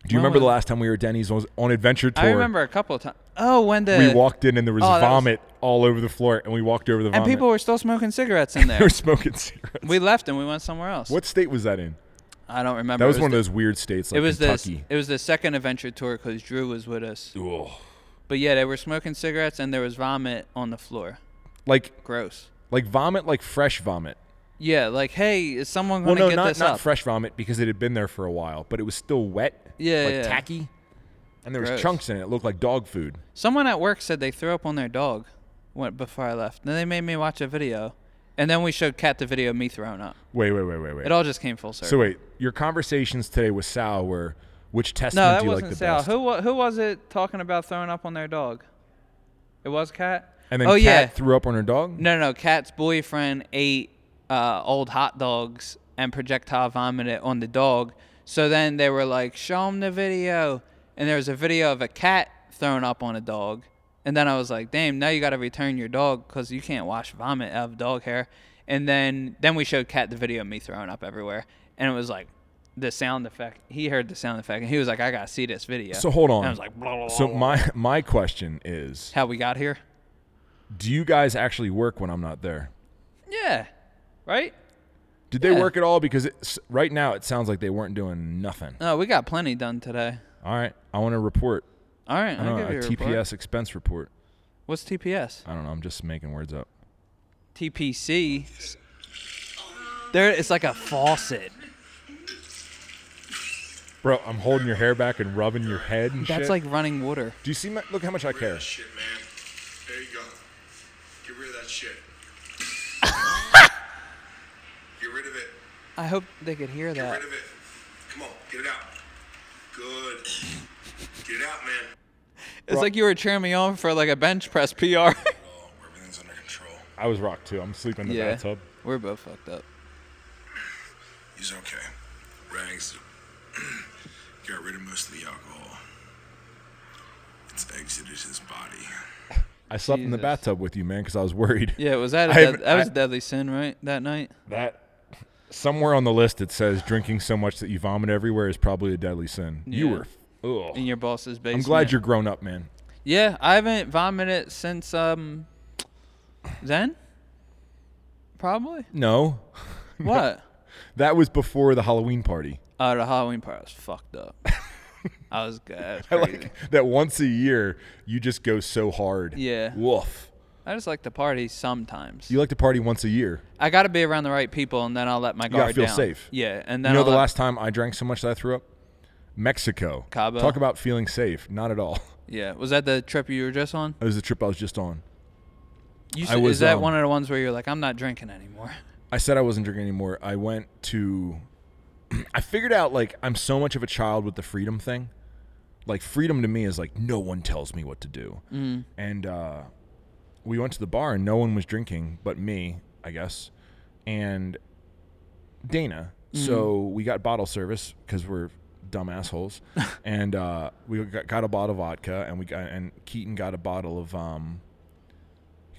Do you
When
remember the
was-
last time we were at Denny's on, on adventure tour?
I remember a couple of times. Oh, when the
we walked in and there was
Oh, that was-
vomit all over the floor, and we walked over the
and
vomit.
people were still smoking cigarettes in
They
there.
were smoking cigarettes.
we left and we went somewhere else.
What state was that in?
I don't remember.
That was,
it was
one
the,
of those weird states, like
It was
Kentucky.
the it was the second adventure tour because Drew was with us.
Ugh.
But yeah, they were smoking cigarettes and there was vomit on the floor.
Like,
Gross.
like vomit, like fresh vomit.
Yeah, like hey, is someone
Well,
gonna
no,
get
not
this
not
up?
fresh vomit because it had been there for a while, but it was still wet.
Yeah,
like
yeah.
tacky, and there was
Gross.
chunks in it. It looked like dog food.
Someone at work said they threw up on their dog. Went before I left. Then they made me watch a video, and then we showed Kat the video of me throwing up.
Wait, wait, wait, wait, wait.
It all just came full circle.
So wait, your conversations today with Sal were Which
No,
testament
that
do you like
wasn't
the
Sal.
best?
Who wa- who was it talking about throwing up on their dog? It was Cat.
And then
oh
Kat
yeah,
threw up on her dog.
no, no, Cat's boyfriend ate uh, old hot dogs and projectile vomited on the dog. So then they were like, "Show him the video," and there was a video of a cat throwing up on a dog. And then I was like, "Damn, now you got to return your dog because you can't wash vomit out of dog hair." And then then we showed Cat the video of me throwing up everywhere, and it was like the sound effect. He heard the sound effect, and he was like, "I gotta see this video."
So hold on.
And I was like, blah, blah,
so
blah,
my my question is,
"How we got here?"
do you guys actually work when I'm not there?
Yeah, right.
Did they
Yeah.
work at all? Because it's, right now it sounds like they weren't doing nothing.
No, we got plenty done today.
All right, I want to report. Uh,
All right,
I
I'll
don't know,
give
a
you a
TPS
report.
expense report.
What's TPS?
I don't know. I'm just making words up.
TPC. There, it's like a faucet.
Bro, I'm holding your hair back and rubbing your head and
That's
shit.
like running water.
do you see my look? How much I care.
that shit, man. There you go. Get rid of that shit. Get rid of it.
I hope they could hear
Get
that.
rid of it. Come on, get it out. Good. Get it out, man.
It's like you were cheering me on for like a bench press PR.
Oh, everything's under control.
I was rocked too. I'm sleeping in the
yeah,
bathtub.
we're both fucked up.
He's okay. Rags got rid of most of the alcohol. It's exited his body.
I slept in the
Jesus.
bathtub with you, man, because I was worried.
Yeah, was that a
I
dead-
haven't-
that was
I-
a deadly sin, right? That night.
That somewhere on the list it says drinking so much that you vomit everywhere is probably a deadly sin. You
Yeah.
were. Ugh.
In your boss's basement.
I'm glad you're grown up, man.
Yeah, I haven't vomited since um. Then. Probably.
No,
What?
that was before the Halloween party.
Oh, the Halloween part I was fucked up. I was good. I, was
I
crazy.
like that once a year you just go so hard.
Yeah.
Woof.
I just like to party sometimes.
You like to party once a year.
I got to be around the right people, and then I'll let my
gotta
guard
feel
down.
safe.
Yeah, and then
you know
I'll
the
let-
last time I drank so much that I threw up? Mexico.
Cabo.
Talk about feeling safe. Not at all.
Yeah, was that the trip you were just on?
That was the trip I was just on.
You
I
said-
was,
is that
um,
one of the ones where you're like, I'm not drinking anymore?
I said I wasn't drinking anymore. I went to. I figured out like I'm so much of a child with the freedom thing. Like freedom to me is like no one tells me what to do. And uh, we went to the bar and no one was drinking but me, I guess, and Dana. So we got bottle service because we're dumb assholes, and uh, we got, got a bottle of vodka and we got and Keaton got a bottle of um.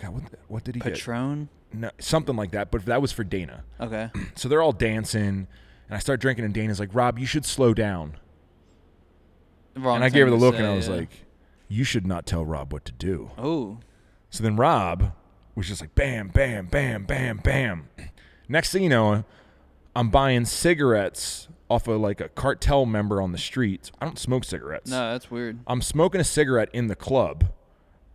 God, what, what did he get?
Patron.
no, something like that. But that was for Dana.
Okay.
So they're all dancing, and I start drinking, and Dana's like, "Rob, you should slow down."
Wrong
and I gave her
thing
the
to
look,
say,
and I was
yeah.
like, "You should not tell Rob what to do."
Oh,
So then Rob was just like, "Bam, bam, bam, bam, bam." Next thing you know, I'm buying cigarettes off of like a cartel member on the street. I don't smoke cigarettes.
no, that's weird.
I'm smoking a cigarette in the club.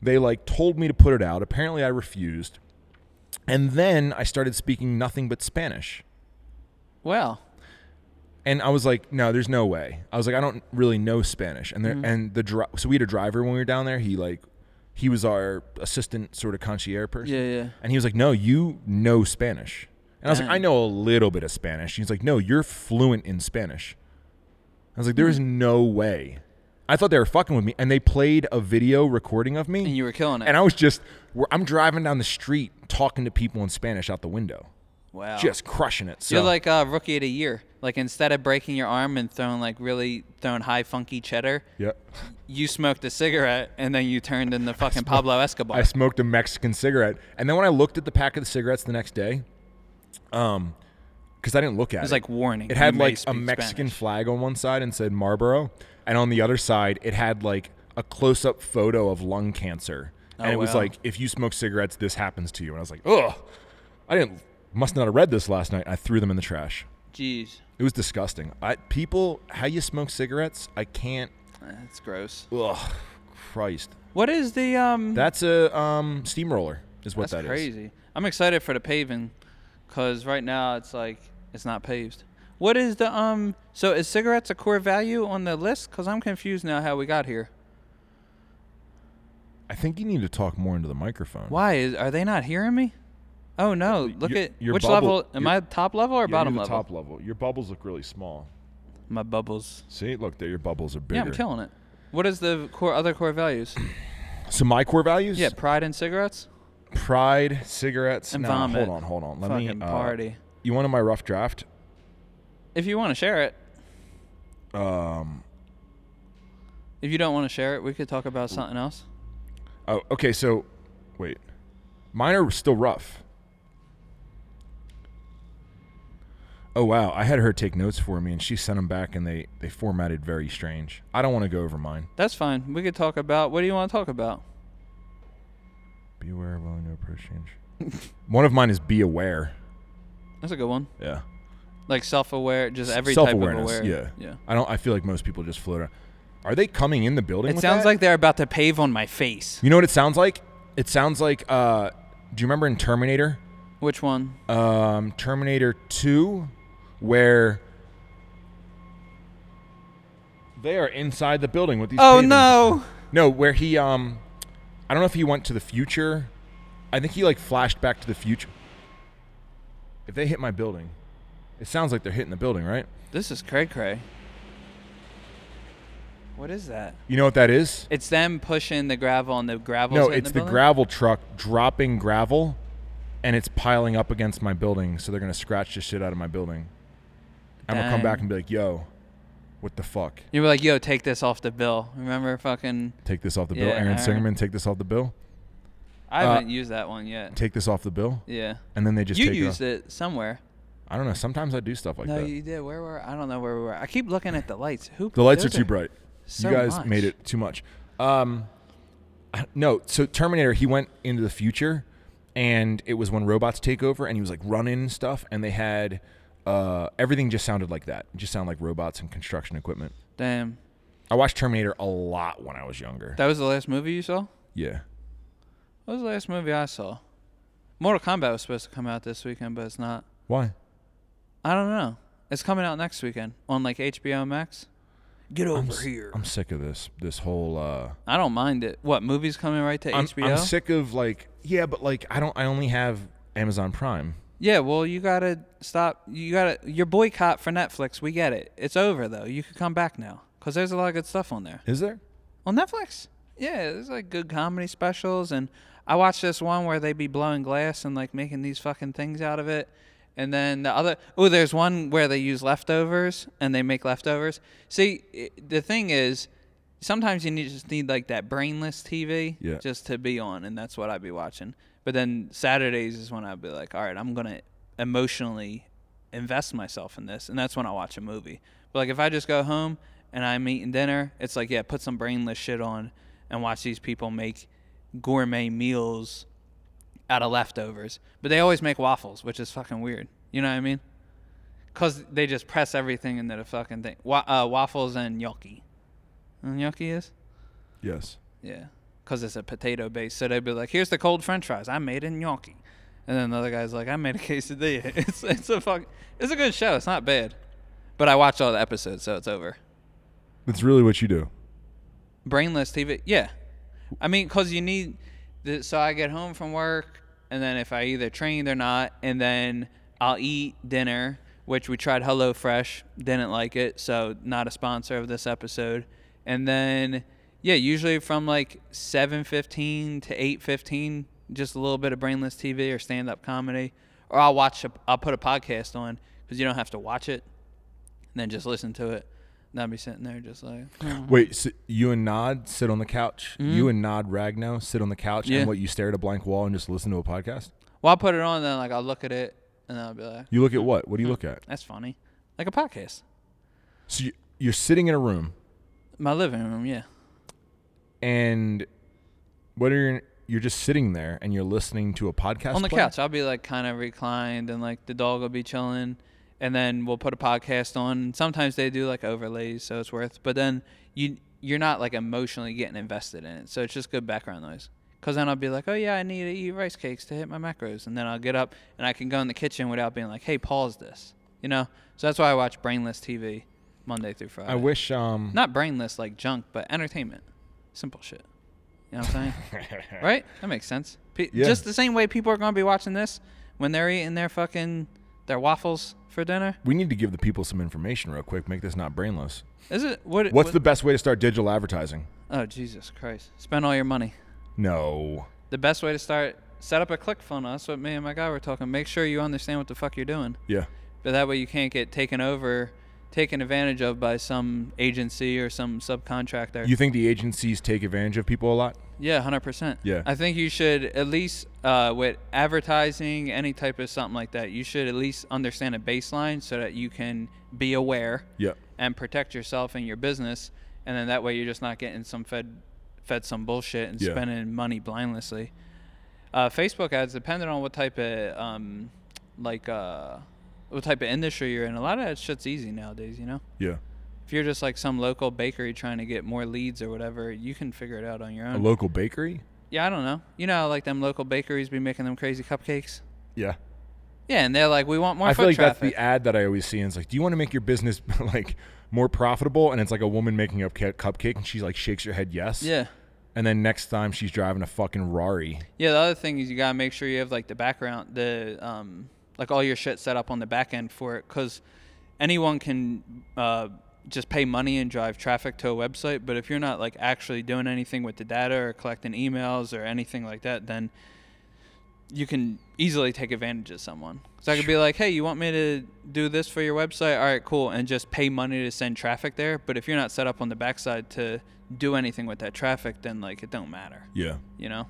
They like told me to put it out. Apparently, I refused, and then I started speaking nothing but Spanish.
Well,
and I was like, no, there's no way. I was like, I don't really know Spanish, and there
Mm-hmm.
and the dri- so we had a driver when we were down there. He like, he was our assistant sort of concierge person.
Yeah, yeah.
And he was like, no, you know Spanish, and I was like,
Dang.
I know a little bit of Spanish. He's like, no, you're fluent in Spanish. I was like, there is
Hmm.
no way. I thought they were fucking with me, and they played a video recording of me,
and you were killing it.
and I was just, we're- I'm driving down the street talking to people in Spanish out the window,
wow.
just crushing it. So
Oh. You're like uh, rookie of the year. Like instead of breaking your arm and throwing like really throwing high funky cheddar,
yeah.
you smoked a cigarette and then you turned into fucking Pablo Escobar.
I smoked a Mexican cigarette, and then when I looked at the pack of the cigarettes the next day, um, because I didn't look at it, it
was like warning,
It had
you may
like a
speak
Mexican
Spanish.
flag on one side and said Marlboro, and on the other side it had like a close-up photo of lung cancer, and
Oh,
it was
wow.
like if you smoke cigarettes, this happens to you. And I was like, ugh, I didn't, must not have read this last night. I threw them in the trash.
Jeez,
It was disgusting. I people, how you smoke cigarettes? I can't.
Eh, that's gross.
Ugh, Christ,
What is the um?
that's a um steamroller is what
That's
that is.
crazy. I'm excited for the paving, cause right now it's like it's not paved. What is the um? So is cigarettes a core value on the list? Cause I'm confused now how we got here.
I think you need to talk more into the microphone.
Why is are they not hearing me? Oh no! Look
your-
at
your
which
bubble-
level? Am
your-
I top level or
Yeah,
bottom
you're the
level?
Top level. Your bubbles look really small.
my bubbles.
See, look, there your bubbles are bigger.
Yeah, I'm killing it. What is the core other core values?
So my core values.
Yeah, pride and cigarettes.
Pride, cigarettes,
And
no,
vomit.
Hold on, hold on. Let
Fucking
me uh,
party.
You wanted my rough draft?
If you want to share it,
Um.
if you don't want to share it, we could talk about something else.
Oh, okay. So, wait. Mine are still rough. Oh wow! I had her take notes for me, and she sent them back, and they they formatted very strange. I don't want to go over mine.
That's fine. We could talk about what do you want to talk about?
Be aware of willing to approach change. One of mine is be aware.
That's a good one.
Yeah.
Like self-aware, just every type of
Self-awareness.
aware.
Yeah.
Yeah.
I don't. I feel like most people just float. Around. Are they coming in the building?
It
with
sounds
that?
like they're about to pave on my face.
You know what it sounds like? It sounds like. Uh, do you remember in Terminator?
Which one?
um, Terminator 2, where they are inside the building with these.
Oh
pavings.
no!
No, where he um, I don't know if he went to the future. I think he like flashed back to the future. If they hit my building, it sounds like they're hitting the building, right?
This is cray cray. What is that?
You know what that is?
It's them pushing the gravel and the gravel.
no, it's the, gravel truck dropping gravel, and it's piling up against my building, so they're gonna scratch the shit out of my building. I'm gonna come back
Dang.
and be like, "Yo, what the fuck?"
You were like, "Yo, take this off the bill." Remember, fucking.
Take this off the bill.
Yeah,
Aaron
alright.
Singerman, take this off the bill.
I
Uh,
haven't used that one yet.
Take this off the bill.
Yeah.
And then they just
you
take
used
it, off.
it, somewhere.
I don't know. Sometimes I do stuff like
no,
that.
you did. Where were? I don't know where we were. I keep looking at the lights. Who?
the lights are
those
too bright.
so
you guys
much.
made it too much. Um, I- no. So Terminator, he went into the future, and it was when robots take over, and he was like running and stuff, and they had uh, everything just sounded like that. It just sounded like robots and construction equipment.
Damn.
I watched Terminator a lot when I was younger.
That was the last movie you saw.
yeah.
What was the last movie I saw? Mortal Kombat was supposed to come out this weekend, but it's not.
Why?
I don't know. It's coming out next weekend on like HBO Max. Get over here.
I'm sick of this. This whole. Uh,
I don't mind it. What movie's coming right to
I'm,
HBO?
I'm sick of like yeah, but like I don't. I only have Amazon Prime.
Yeah, well, you gotta stop. You gotta your boycott for Netflix. We get it. It's over though. You could come back now because there's a lot of good stuff on there
Is there?
on Netflix. Yeah, there's like good comedy specials, and I watched this one where they be blowing glass and like making these fucking things out of it. And then the other, oh, there's one where they use leftovers and they make leftovers. See, i the thing is, sometimes you need, just need like that brainless TV
Yeah.
just to be on, and that's what I'd be watching. But then Saturdays is when I'd be like, all right, I'm gonna emotionally invest myself in this, and that's when I watch a movie. But like if I just go home and I'm eating dinner, it's like yeah, put some brainless shit on and watch these people make gourmet meals out of leftovers. But they always make waffles, which is fucking weird. You know what I mean? Cause they just press everything into the fucking thing. Wa- uh, waffles and gnocchi. You know what Gnocchi is.
Yes.
Yeah, because it's a potato base. So they'd be like, "Here's the cold French fries I made in gnocchi," and then the other guy's like, "I made a quesadilla." It's it's a fuck. It's a good show. It's not bad, but I watched all the episodes, so it's over.
That's really what you do.
Brainless TV. Yeah, I mean, cause you need. The, so I get home from work, and then if I either trained or not, and then I'll eat dinner, which we tried HelloFresh, didn't like it, so not a sponsor of this episode. And then, yeah, usually from like seven fifteen to eight fifteen, just a little bit of brainless TV or stand up comedy, or I'll watch. A, I'll put a podcast on because you don't have to watch it, and then just listen to it. And I'll be sitting there just like. "Hmm."
Wait, so you and Nod sit on the couch. You and Nod Ragnow sit on the couch
Mm-hmm. Yeah.
and what you stare at a blank wall and just listen to a podcast?
Well, I'll put it on, then like I'll look at it, and I'll be like,
You look at what?
Mm.
What do you look at?
"That's funny," like a podcast.
So you- you're sitting in a room
My living room, yeah.
and what are your you're just sitting there and you're listening to a podcast
on the
player?
couch, I'll be like kind of reclined, and like the dog will be chilling, and then we'll put a podcast on. And sometimes they do like overlays, so it's worth. But then you you're not like emotionally getting invested in it, so it's just good background noise. Cause then I'll be like, oh yeah, I need to eat rice cakes to hit my macros, and then I'll get up and I can go in the kitchen without being like, hey, pause this, you know. So that's why I watch brainless TV Monday through Friday.
I wish um
not brainless like junk, but entertainment. Simple shit. You know what I'm saying? right? That makes sense. Pe-
Yeah.
Just the same way people are going to be watching this when they're eating their fucking their waffles for dinner.
We need to give the people some information real quick. Make this not brainless.
Is it what?
What's
what-
the best way to start digital advertising?
Oh Jesus Christ! Spend all your money.
No.
The best way to start set up a click funnel. That's what me and my guy were talking. Make sure you understand what the fuck you're doing,
Yeah.
but that way you can't get taken over, taken advantage of by some agency or some subcontractor.
You think the agencies take advantage of people a lot?
yeah, hundred percent.
Yeah.
I think you should at least uh, with advertising, any type of something like that. You should at least understand a baseline so that you can be aware.
Yeah.
and protect yourself and your business and then that way you're just not getting some fed fed some bullshit and
Yeah.
spending money blindlessly uh, facebook ads depending on what type of um, like uh, what type of industry you're in a lot of that shit's easy nowadays you know
Yeah.
if you're just like some local bakery trying to get more leads or whatever you can figure it out on your
A
own
local bakery?
yeah i don't know you know how, like them local bakeries be making them crazy cupcakes
Yeah.
yeah and they're like we want more
I
foot
feel like
traffic
that's the ad that I always see. And it's like, do you want to make your business like more profitable? And it's like a woman making a cu- cupcake, and she like shakes her head yes.
yeah
And then next time she's driving a fucking Rari.
Yeah, the other thing is you gotta make sure you have like the background, the um, like all your shit set up on the back end for it, because anyone can uh, just pay money and drive traffic to a website. But if you're not like actually doing anything with the data or collecting emails or anything like that, then you can easily take advantage of someone. So I could be like, hey, you want me to do this for your website? All right, cool, and just pay money to send traffic there. But if you're not set up on the backside to do anything with that traffic, then like it don't matter,
Yeah.
you know.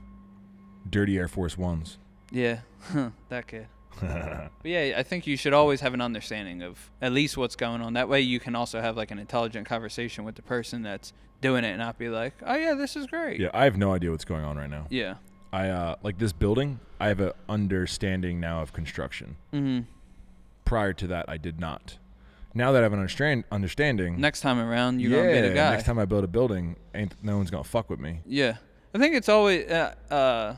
Dirty Air Force Ones.
Yeah, that kid. but yeah, I think you should always have an understanding of at least what's going on. That way, you can also have like an intelligent conversation with the person that's doing it, and not be like, "Oh yeah, this is great."
Yeah. I have no idea what's going on right now.
Yeah.
I uh, like this building. I have a understanding now of construction.
hmm
Prior to that, I did not. Now that I have an understand understanding,
Next time around, you're
yeah,
gonna be the guy.
next time I build a building, ain't no one's gonna fuck with me.
Yeah, I think it's always uh, uh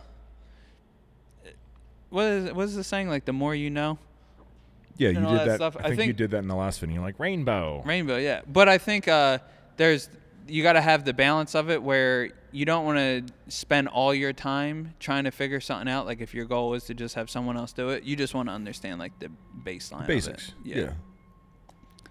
what is what is the saying like the more you know
Yeah, you
all that
did that.
stuff.
I,
I
think you
think-
did that in the last video. You're like rainbow.
rainbow yeah but i think uh there's you got to have the balance of it where you don't want to spend all your time trying to figure something out like if your goal is to just have someone else do it you just want to understand like the baseline of it.
Basics.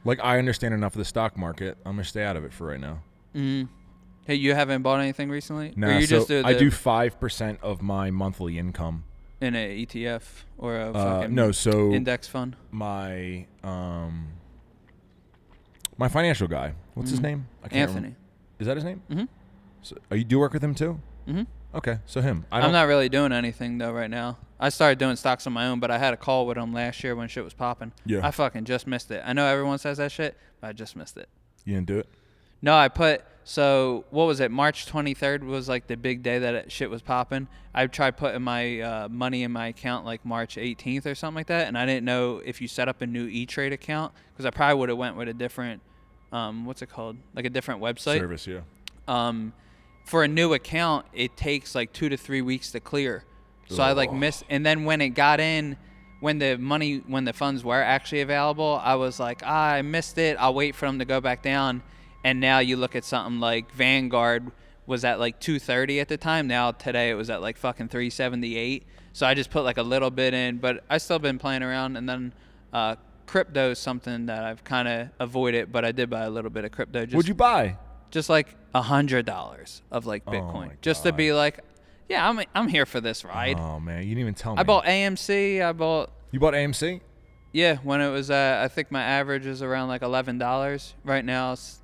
Like I understand enough of the stock market. I'm gonna stay out of it for right now.
hey you haven't bought anything recently
Nah,
or you
so
just do
I
the-
do five percent of my monthly income.
in an etf or a
Uh,
fucking
no, so
index fund
my um my financial guy. What's his name? I
Mm-hmm. anthony
remember. Is that his name?
Mhm.
So, are you do you work with him too?
mm-hmm.
Okay, so him. I don't,
i'm not really doing anything though right now i started doing stocks on my own but i had a call with him last year when shit was popping
Yeah.
i fucking just missed it i know everyone says that shit but i just missed it
You didn't do it.
No, I put so what was it? March 23rd was like the big day that it, shit was popping. I tried putting my uh, money in my account like March 18th or something like that, and I didn't know if you set up a new E Trade account because I probably would have went with a different, um, what's it called? Like a different website.
Service, yeah.
Um, for a new account, it takes like two to three weeks to clear. So I like
Ugh.
missed, and then when it got in, when the money, when the funds were actually available, I was like, ah, I missed it. I'll wait for them to go back down. And now you look at something like Vanguard was at like 230 at the time. Now today it was at like fucking 378. So I just put like a little bit in, but I still been playing around. And then uh, crypto is something that I've kind of avoided, but I did buy a little bit of crypto. Just
Would you buy?
just like a hundred dollars of like Bitcoin,
Oh my
just to
God.
be like, yeah, I'm I'm here for this ride.
Oh man, you didn't even tell me.
I bought AMC. I bought
You bought AMC?
yeah when it was uh, I think my average is around like eleven dollars right now. It's,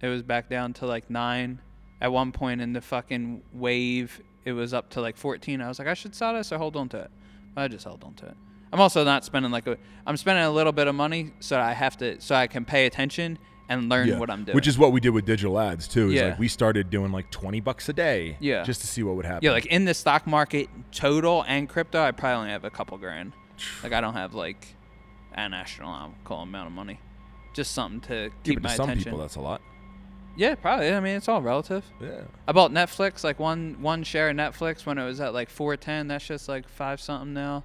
it was back down to like nine. At one point in the fucking wave, it was up to like fourteen. I was like, I should sell this or hold on to it. But I just held on to it. I'm also not spending like a. I'm spending a little bit of money so I have to so I can pay attention and learn what I'm doing.
Which is what we did with digital ads too. Is
Yeah.
like we started doing like twenty bucks a day.
Yeah.
Just to see what would happen.
Yeah, like in the stock market total and crypto, I probably only have a couple grand. Like I don't have like an astronomical amount of money. Just something to
Yeah,
keep
but
my
to some
attention.
people that's a lot.
yeah, probably. I mean, it's all relative.
Yeah.
I bought Netflix, like one one share of Netflix when it was at like 410. That's just like five something now.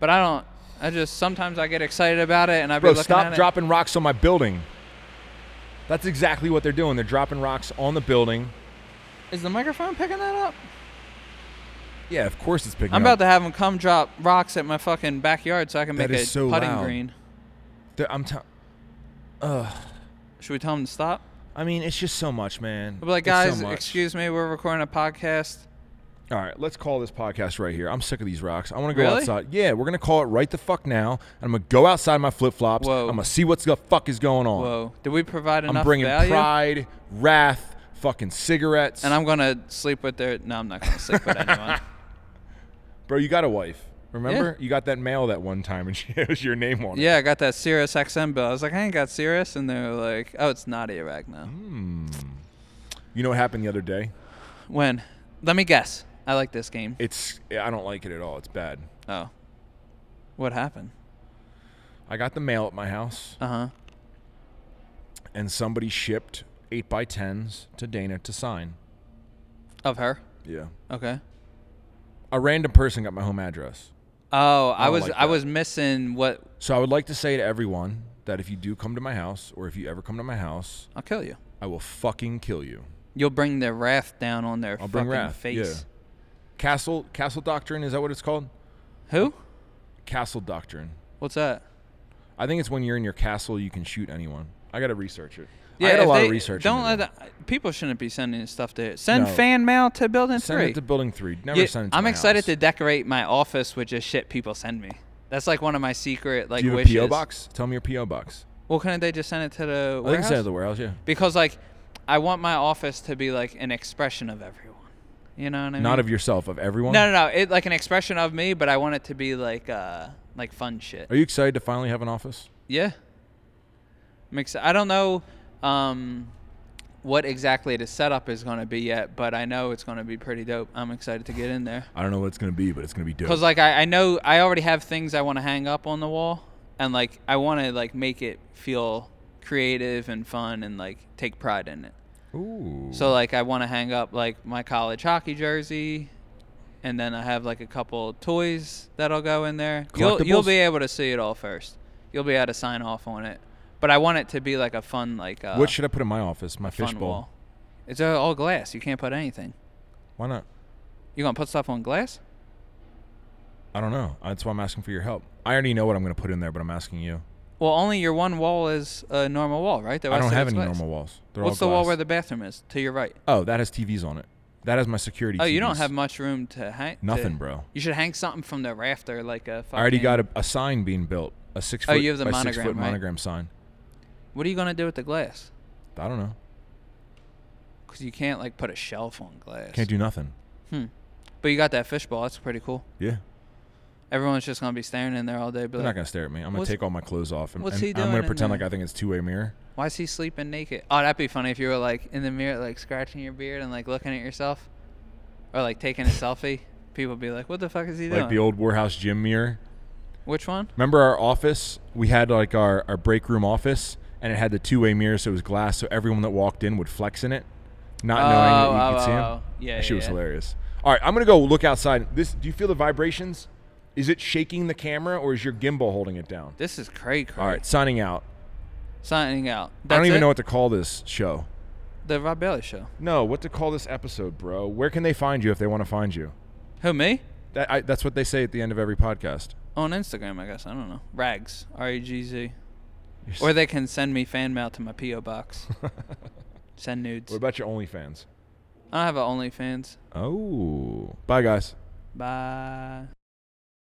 But I don't. I just sometimes I get excited about it and I be
Bro,
looking at
stop
it.
dropping rocks on my building. That's exactly what they're doing. They're dropping rocks on the building.
Is the microphone picking that up?
Yeah, of course it's picking
I'm
up.
about to have them come drop rocks at my fucking backyard so I can
That
make a
is so
putting
loud.
green.
There- I'm t-
Should we tell them to stop?
I mean, it's just so much, man.
I'll be like,
It's so
guys,
much."
excuse me, we're recording a podcast.
All right, let's call this podcast right here. I'm sick of these rocks. I want to go
Really?
outside. Yeah, we're gonna call it right the fuck now. And I'm gonna go outside my flip flops.
Whoa.
I'm gonna see what's the fuck is going on.
Whoa, did we provide enough
I'm bringing
value?
pride, wrath, fucking cigarettes.
And I'm gonna sleep with their. No, I'm not gonna sleep with anyone.
bro, you got a wife. Remember, you got that mail that one time, and she it was your name on it.
Yeah, I got that Sirius XM bill. I was like, I ain't got Sirius, and they were like, Oh, it's not Arachno.
Mm-hmm. You know what happened the other day?
When? Let me guess. I like this game.
It's I don't like it at all. It's bad.
Oh, what happened?
I got the mail at my house,
Uh huh.
and somebody shipped eight by tens to Dana to sign.
Of her.
Yeah.
Okay.
A random person got my home address.
Oh,
I
I
don't
was
like
I
that.
was missing what.
So I would like to say to everyone that if you do come to my house, or if you ever come to my house,
I'll kill you.
I will fucking kill you.
You'll bring their wrath down on their
I'll
fucking
bring wrath.
face.
Yeah. Castle Castle Doctrine is that what it's called?
Who?
Castle Doctrine.
What's that?
I think it's when you're in your castle, you can shoot anyone. I gotta research it.
Yeah,
I got
if
a lot
they,
of research.
Don't
into
let
that.
the- people shouldn't be sending stuff to. Send
No.
fan mail to building
send
three.
it to Building Three. Never
Yeah,
send it. To
I'm
my
excited
house.
to decorate my office with just shit people send me. That's like one of my secret like
Do you have
wishes.
a PO box? Tell me your PO box.
Well, couldn't they just send it to the
I think
warehouse?
it's at the warehouse. Yeah.
because like, I want my office to be like an expression of everyone. You know what I mean?
Not of yourself, of everyone.
No, no, no. It like an expression of me, but I want it to be like uh like fun shit.
Are you excited to finally have an office?
Yeah. I'm exci- I don't know um, what exactly the setup is going to be yet, but I know it's going to be pretty dope. I'm excited to get in there.
I don't know what it's gonna be, but it's gonna be dope.
Because, like, I, I know I already have things I want to hang up on the wall, and, like, I want to, like, make it feel creative and fun and, like, take pride in it.
Ooh.
So, like, I want to hang up, like, my college hockey jersey. And then I have like a couple toys that'll go in there. You'll, you'll
Collectibles?
be able to see it all first. You'll be able to sign off on it. But I want it to be like a fun, like uh,
what should I put in my office? My
fun
fishbowl.
wall. It's uh, all glass. You can't put anything.
Why not?
You gonna put stuff on glass?
I don't know. That's why I'm asking for your help. I already know what I'm gonna put in there, but I'm asking you.
Well, only your one wall is a normal wall, right? The
I
rest
don't
of
have
it's
any
glass.
normal walls. They're
What's
all
the wall
glass.
where the bathroom is? To your right.
Oh, that has TVs on it. That has my security.
Oh, you
TVs.
don't have much room to hang.
Nothing,
to-
bro.
You should hang something from the rafter, like a. Fucking,
I already got a, a sign being built. A six
Oh,
foot
you have the
by six
monogram,
foot
right?
monogram sign.
What are you gonna do with the glass?
I don't know.
Because you can't like put a shelf on glass.
Can't do nothing.
But you got that fishbowl. That's pretty cool.
Yeah.
Everyone's just gonna be staring in there all day. But
They're not
like,
gonna stare at me. I'm gonna
What's-
take all my clothes off and,
what's
and
he
I'm
doing
gonna
in
pretend
there?
like I think it's two way mirror.
why is he sleeping naked? Oh, that'd be funny if you were like in the mirror, like scratching your beard and like looking at yourself, or like taking a selfie. People would be like, "What the fuck is he
Like the
doing?"
old warehouse gym mirror.
Which one?
Remember our office? We had like our, our break room office and it had the two way mirror so it was glass so everyone that walked in would flex in it, not knowing that you
Oh,
could
oh,
see him.
oh. Yeah,
That shit
yeah,
was
yeah.
hilarious. All right, I'm gonna go look outside. This do you feel the vibrations? Is it shaking the camera or is your gimbal holding it down?
This is cray cray.
All right, signing out.
Signing out.
I don't
That's
even
it?
know what to call this show.
The Rob Bailey Show.
No, what to call this episode, bro? Where can they find you if they want to find you?
Who, me?
That, I, that's what they say at the end of every podcast.
On Instagram, I guess. I don't know. Rags. R E G Z.
You're s-
Or they can send me fan mail to my P.O. box. send nudes.
What about your OnlyFans?
I don't have a OnlyFans.
Oh, bye guys.
Bye.